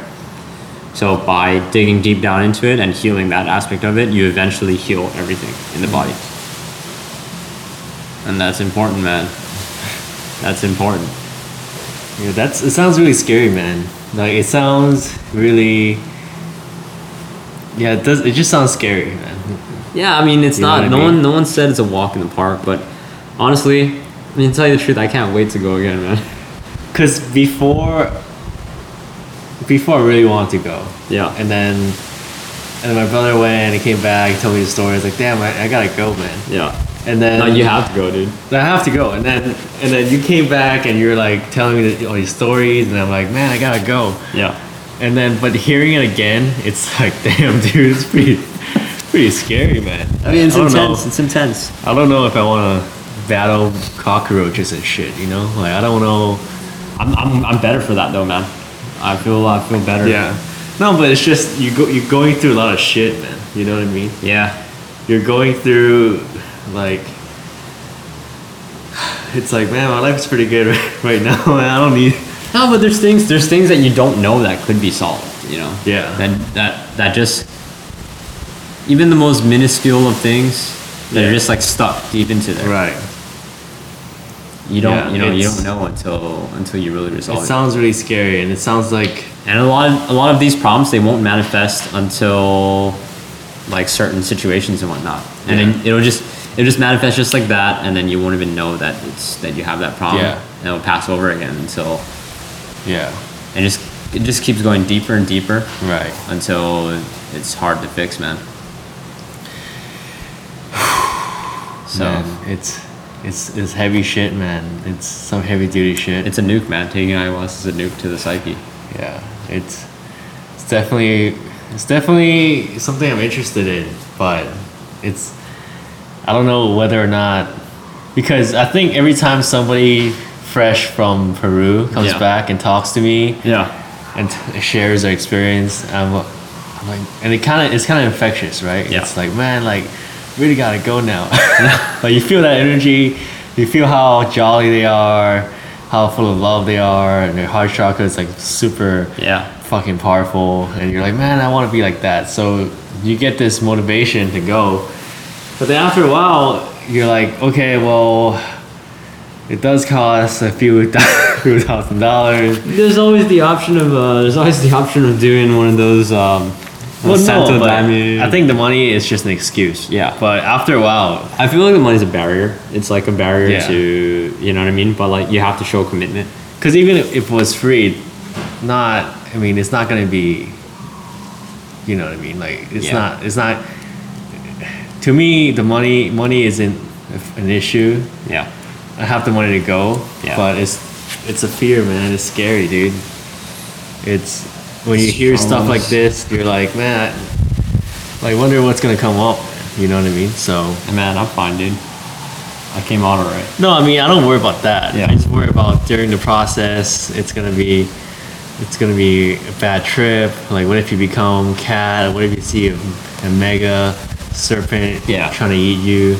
Speaker 1: So by digging deep down into it and healing that aspect of it, you eventually heal everything in the body, and that's important, man. That's important.
Speaker 2: Yeah, that's it sounds really scary, man. Like it sounds really Yeah, it does it just sounds scary, man.
Speaker 1: Yeah, I mean it's
Speaker 2: You know what I
Speaker 1: not. No
Speaker 2: mean?
Speaker 1: one, no one said it's a walk in the park. But honestly, I mean, to tell you the truth, I can't wait to go again, man.
Speaker 2: Cause before before I really wanted to go.
Speaker 1: Yeah.
Speaker 2: And then and my brother went and he came back, he told me the story, I was like, damn, I, I gotta go, man.
Speaker 1: Yeah.
Speaker 2: And then
Speaker 1: No, you have to go, dude.
Speaker 2: I have to go. And then and then you came back and you're like telling me the, all these stories and I'm like, man, I gotta go.
Speaker 1: Yeah.
Speaker 2: And then, but hearing it again, it's like, damn, dude, it's pretty, pretty scary, man.
Speaker 1: I mean, it's
Speaker 2: don't
Speaker 1: intense.
Speaker 2: Know,
Speaker 1: It's intense.
Speaker 2: I don't know if I want to battle cockroaches and shit. You know, like I don't know.
Speaker 1: I'm, I'm, I'm better for that though, man. I feel, I feel better.
Speaker 2: No, but it's just you go, you're going through a lot of shit, man. You know what I mean?
Speaker 1: Yeah.
Speaker 2: You're going through, like, it's like, man, my life's pretty good right, right now. Man. I don't need.
Speaker 1: No, but there's things, there's things that you don't know that could be solved. You know.
Speaker 2: Yeah.
Speaker 1: That, that, that just, even the most minuscule of things, they're
Speaker 2: Yeah.
Speaker 1: just like stuck deep into there.
Speaker 2: Right.
Speaker 1: You don't,
Speaker 2: Yeah,
Speaker 1: you know, you
Speaker 2: it's-
Speaker 1: don't know until, until you really
Speaker 2: It
Speaker 1: resolve it.
Speaker 2: sounds really scary, and it sounds like
Speaker 1: And a lot of a lot of these problems they won't manifest until like certain situations and whatnot. And then it'll just it'll just manifest just like that and then you won't even know that it's that you have that problem.
Speaker 2: Yeah.
Speaker 1: And it'll pass over again until
Speaker 2: yeah,
Speaker 1: and just it just keeps going deeper and deeper
Speaker 2: right.
Speaker 1: until it's hard to fix, man. So
Speaker 2: man, it's it's it's heavy shit, man. It's some heavy duty shit.
Speaker 1: it's a nuke, man. Taking ayahuasca is a nuke to the psyche.
Speaker 2: yeah, it's it's definitely it's definitely something I'm interested in, but it's I don't know whether or not because I think every time somebody fresh from Peru comes
Speaker 1: Yeah.
Speaker 2: back and talks to me
Speaker 1: Yeah.
Speaker 2: and t- shares their experience, I'm, I'm like, and it kind of it's kind of infectious, right?
Speaker 1: Yeah.
Speaker 2: It's like man, like really gotta go now. like you feel that energy, you feel how jolly they are, how full of love they are, and their heart chakra is like super
Speaker 1: Yeah.
Speaker 2: fucking powerful, and you're like, man, I want to be like that. So you get this motivation to go, but then after a while, you're like, okay, well. It does cost a few thou- few thousand dollars.
Speaker 1: There's always the option of uh, there's always the option of doing one of those um,
Speaker 2: Well,
Speaker 1: Santo
Speaker 2: no, but
Speaker 1: Daime-
Speaker 2: I think the money is just an excuse.
Speaker 1: Yeah.
Speaker 2: But after a while,
Speaker 1: I feel like the money's a barrier. It's like a barrier
Speaker 2: Yeah.
Speaker 1: to you know what I mean. But like you have to show commitment.
Speaker 2: because even if it was free, not, I mean, it's not going to be, you know what I mean? Like, it's
Speaker 1: Yeah.
Speaker 2: not, it's not, to me, the money, money isn't an issue.
Speaker 1: Yeah.
Speaker 2: I have the money to go,
Speaker 1: Yeah.
Speaker 2: but it's, it's a fear, man. It's scary, dude. It's, when you hear stuff like
Speaker 1: Traumas.
Speaker 2: this, you're like, man, I, I wonder what's going to come up. You know what I mean? So,
Speaker 1: And man, I'm fine, dude. I came out alright.
Speaker 2: No, I mean I don't worry about that.
Speaker 1: Yeah.
Speaker 2: I just worry about during the process. It's gonna be, it's gonna be a bad trip. Like, what if you become cat? What if you see a, a mega serpent
Speaker 1: Yeah.
Speaker 2: trying to eat you?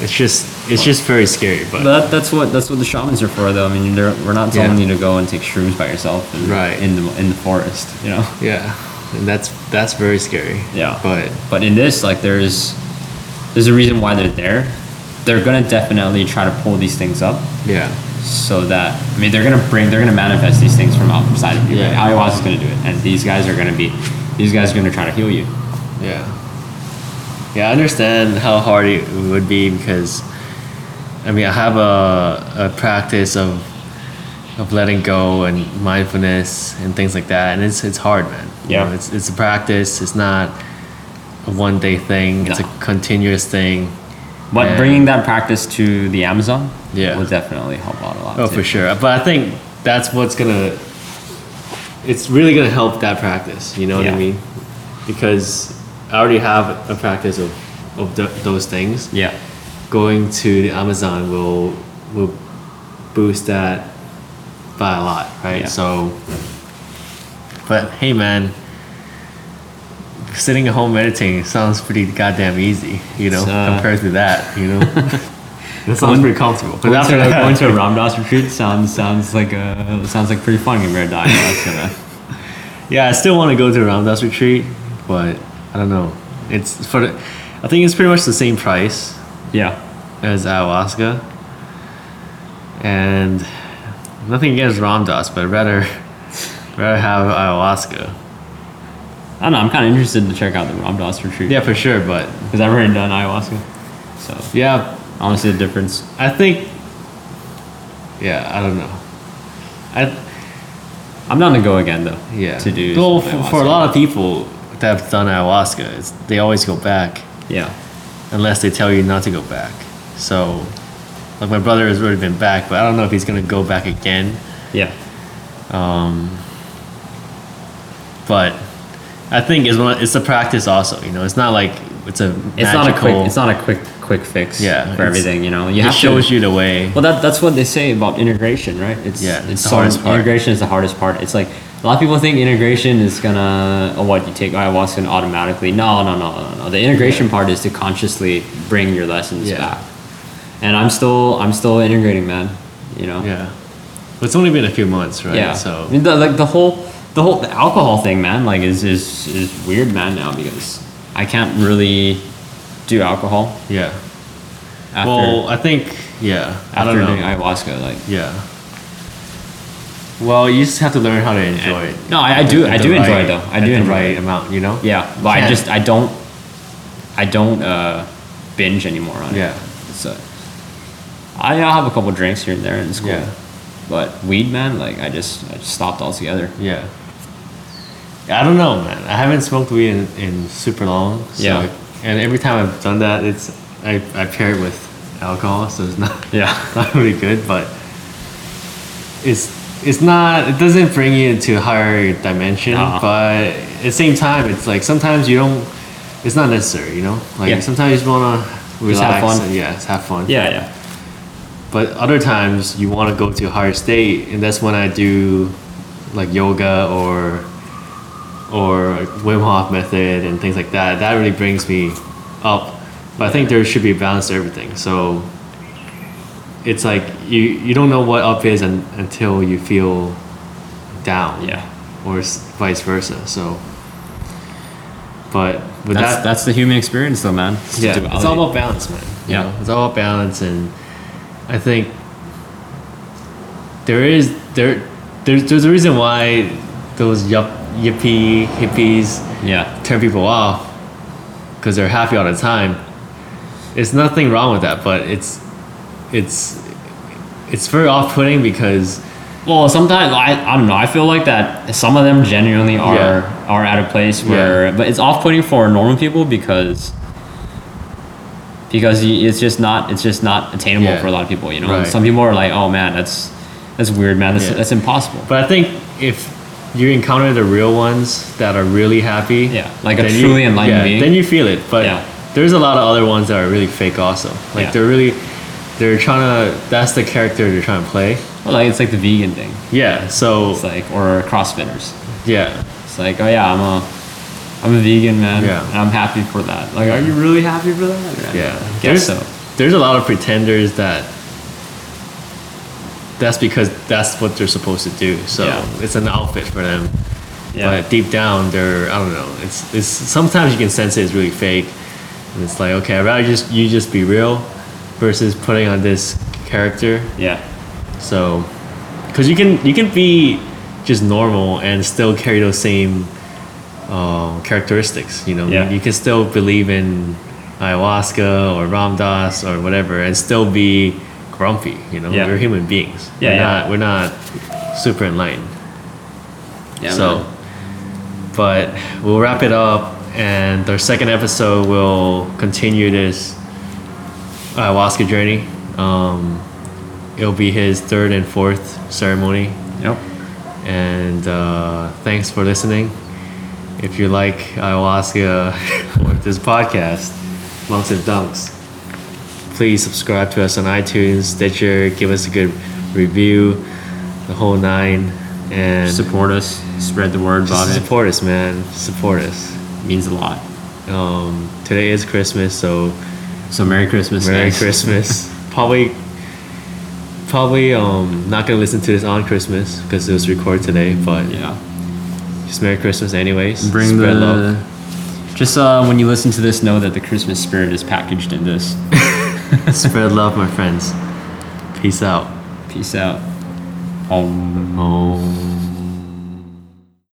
Speaker 2: It's just, it's just very scary.
Speaker 1: But
Speaker 2: But,
Speaker 1: that, that's what that's what the shamans are for, though. I mean, they're, we're not telling
Speaker 2: Yeah.
Speaker 1: you to go and take shrooms by yourself, and,
Speaker 2: Right.
Speaker 1: In the in the forest, you know.
Speaker 2: yeah, and that's that's very scary.
Speaker 1: Yeah.
Speaker 2: But
Speaker 1: But in this, like, there's there's a reason why they're there. They're gonna definitely try to pull these things up.
Speaker 2: yeah,
Speaker 1: so that I mean they're gonna bring they're gonna manifest these things from outside of you.
Speaker 2: Yeah.
Speaker 1: Yeah. Right? Ayahuasca's gonna do it, and these guys are gonna be these guys are gonna try to heal you.
Speaker 2: yeah, yeah. I understand how hard it would be because, I mean, I have a a practice of of letting go and mindfulness and things like that. And it's it's hard, man. You
Speaker 1: Yeah.
Speaker 2: know, it's it's a practice. It's not a one day thing. It's
Speaker 1: No.
Speaker 2: a continuous thing.
Speaker 1: But
Speaker 2: And-
Speaker 1: bringing that practice to the Amazon
Speaker 2: Yeah.
Speaker 1: will definitely help out a lot.
Speaker 2: Oh,
Speaker 1: too.
Speaker 2: for sure. But I think that's what's gonna. It's really gonna help that practice. You know what
Speaker 1: Yeah.
Speaker 2: I mean? Because I already have a practice of of th- those things.
Speaker 1: Yeah.
Speaker 2: Going to the Amazon will will boost that by a lot, right?
Speaker 1: Yeah.
Speaker 2: So. But hey, man. Sitting at home meditating sounds pretty goddamn easy, you know,
Speaker 1: It's, uh,
Speaker 2: compared to that, you know. it sounds pretty comfortable. But
Speaker 1: Going
Speaker 2: after
Speaker 1: to,
Speaker 2: that,
Speaker 1: going to a Ramdas retreat sounds sounds like a sounds like pretty fun compared to That's gonna.
Speaker 2: Yeah, I still want to go to Ramdas retreat, but I don't know. It's for the, I think it's pretty much the same price
Speaker 1: Yeah.
Speaker 2: as ayahuasca, and nothing against Ramdas, but I'd rather rather have ayahuasca.
Speaker 1: I don't know. I'm kind of interested to check out the Ramdas retreat.
Speaker 2: Yeah, for sure. But
Speaker 1: Because I've already done ayahuasca, so
Speaker 2: yeah,
Speaker 1: I want to see the difference.
Speaker 2: I think yeah, I don't know. I
Speaker 1: I'm down to go again though.
Speaker 2: yeah.
Speaker 1: To do.
Speaker 2: well
Speaker 1: some
Speaker 2: for, for a
Speaker 1: ayahuasca.
Speaker 2: lot of people that have done ayahuasca, it's, they always go back.
Speaker 1: Yeah.
Speaker 2: unless they tell you not to go back. So, like my brother has already been back, but I don't know if he's gonna go back again.
Speaker 1: Yeah.
Speaker 2: But I think it's one, it's a practice also. You know, it's not like it's a
Speaker 1: It's not a quick. It's not a quick quick fix.
Speaker 2: Yeah,
Speaker 1: For
Speaker 2: it's-
Speaker 1: everything, you know, you
Speaker 2: it
Speaker 1: have to.
Speaker 2: shows you the way.
Speaker 1: Well, that, that's what they say about integration, right? It's,
Speaker 2: Yeah,
Speaker 1: it's,
Speaker 2: it's the
Speaker 1: so-
Speaker 2: hardest part.
Speaker 1: Integration is the hardest part. It's like a lot of people think integration is gonna, oh, what you take ayahuasca and automatically. No, no, no, no, no. The integration part is to consciously bring your lessons
Speaker 2: Yeah.
Speaker 1: back. And I'm still, I'm still integrating, man. You know.
Speaker 2: Yeah, but it's only been a few months, right?
Speaker 1: Yeah.
Speaker 2: So
Speaker 1: I mean, the, like the whole the whole the alcohol thing, man, like is is is weird, man. Now because I can't really do alcohol
Speaker 2: yeah.
Speaker 1: after
Speaker 2: well, I think yeah. I
Speaker 1: after
Speaker 2: don't know.
Speaker 1: doing ayahuasca. Like
Speaker 2: yeah. Well, you just have to learn how to enjoy it.
Speaker 1: eh. no, I, I do I
Speaker 2: At the
Speaker 1: do enjoy
Speaker 2: right-
Speaker 1: it though. I
Speaker 2: at
Speaker 1: do
Speaker 2: the
Speaker 1: enjoy
Speaker 2: right
Speaker 1: it.
Speaker 2: amount. You know.
Speaker 1: Yeah, but I
Speaker 2: Can.
Speaker 1: just I don't I don't uh, binge anymore on it.
Speaker 2: Yeah.
Speaker 1: So I I'll have a couple drinks here and there in school.
Speaker 2: Yeah.
Speaker 1: But weed, man, like I just I just stopped altogether.
Speaker 2: Yeah. I don't know, man. I haven't smoked weed in, in super long. So
Speaker 1: Yeah.
Speaker 2: and every time I've done that, it's I, I pair it with alcohol, so it's not
Speaker 1: Yeah.
Speaker 2: not really good, but it's it's not it doesn't bring you into a higher dimension,
Speaker 1: No.
Speaker 2: but at the same time, it's like sometimes you don't. It's not necessary, you know. Like
Speaker 1: Yeah.
Speaker 2: sometimes you just wanna
Speaker 1: Just
Speaker 2: relax.
Speaker 1: have fun.
Speaker 2: And, yeah, just have fun.
Speaker 1: Yeah, yeah.
Speaker 2: But other times you want to go to a higher state, and that's when I do like yoga or or Wim Hof method and things like that. That really brings me up. But I think there should be a balance to everything. So it's like you you don't know what up is un, until you feel down,
Speaker 1: Yeah.
Speaker 2: or s- vice versa. So, but with
Speaker 1: That's
Speaker 2: that,
Speaker 1: that's the human experience though, man. It's
Speaker 2: yeah, it's
Speaker 1: duality.
Speaker 2: all about balance, man. You
Speaker 1: Yeah.
Speaker 2: know, it's all about balance, and I think there is there there's there's a reason why those yup yippee hippies
Speaker 1: Yeah.
Speaker 2: turn people off because they're happy all the time. It's nothing wrong with that, but it's it's it's very off-putting because
Speaker 1: Well, sometimes I, I don't know. I feel like that some of them genuinely are
Speaker 2: Yeah.
Speaker 1: are at a place where, but it's off putting for normal people because because y- it's just not it's just not attainable
Speaker 2: Yeah.
Speaker 1: for a lot of people. You know,
Speaker 2: Right.
Speaker 1: some people are like, oh man, that's that's weird, man. That's
Speaker 2: Yeah.
Speaker 1: that's impossible.
Speaker 2: but I think if you encounter the real ones that are really happy,
Speaker 1: Yeah, like a
Speaker 2: then you-
Speaker 1: truly enlightened
Speaker 2: yeah,
Speaker 1: being.
Speaker 2: Then you feel it, but
Speaker 1: Yeah.
Speaker 2: there's a lot of other ones that are really fake, also. Like
Speaker 1: Yeah.
Speaker 2: they're really, they're trying to. That's the character they're trying to play.
Speaker 1: Well, like it's like the vegan thing.
Speaker 2: Yeah. So
Speaker 1: It's like or CrossFitters.
Speaker 2: yeah,
Speaker 1: It's like, oh yeah, I'm a I'm a vegan man,
Speaker 2: Yeah.
Speaker 1: and I'm happy for that. Like, are you really happy for that? I
Speaker 2: yeah. There's
Speaker 1: guess so.
Speaker 2: there's a lot of pretenders that. That's because that's what they're supposed to do. So
Speaker 1: Yeah.
Speaker 2: it's an outfit for them.
Speaker 1: Yeah.
Speaker 2: But deep down, they're I don't know. It's it's sometimes you can sense it's really fake, and it's like okay, I'd rather just you just be real, versus putting on this character.
Speaker 1: yeah.
Speaker 2: So, because you can you can be just normal and still carry those same um, characteristics. You know,
Speaker 1: Yeah.
Speaker 2: you can still believe in ayahuasca or Ramdas or whatever, and still be grumpy. You know,
Speaker 1: Yeah.
Speaker 2: we're human beings.
Speaker 1: Yeah,
Speaker 2: we're
Speaker 1: yeah.
Speaker 2: not we're not super enlightened.
Speaker 1: Yeah,
Speaker 2: so,
Speaker 1: man.
Speaker 2: but we'll wrap it up, and our second episode will continue this ayahuasca uh, journey. Um, it'll be his third and fourth ceremony
Speaker 6: Yep.
Speaker 2: and uh, thanks for listening. If you like ayahuasca or this podcast, Monks and Dunks, please subscribe to us on iTunes, Stitcher, give us a good review, the whole nine, and
Speaker 1: Support us, spread the word about
Speaker 2: just
Speaker 1: it.
Speaker 2: support us, man. Support us.
Speaker 1: It means a lot.
Speaker 2: Um, today is Christmas, so
Speaker 1: So Merry Christmas.
Speaker 2: Merry
Speaker 1: guys.
Speaker 2: Christmas. probably, probably um, not gonna listen to this on Christmas because it was recorded today, but.
Speaker 1: Yeah.
Speaker 2: Just Merry Christmas, anyways.
Speaker 1: Bring
Speaker 2: Spread
Speaker 1: the.
Speaker 2: love.
Speaker 1: Just uh, when you listen to this, know that the Christmas spirit is packaged in this.
Speaker 2: Spread love, my friends. Peace out.
Speaker 1: Peace out. Om.
Speaker 2: Om.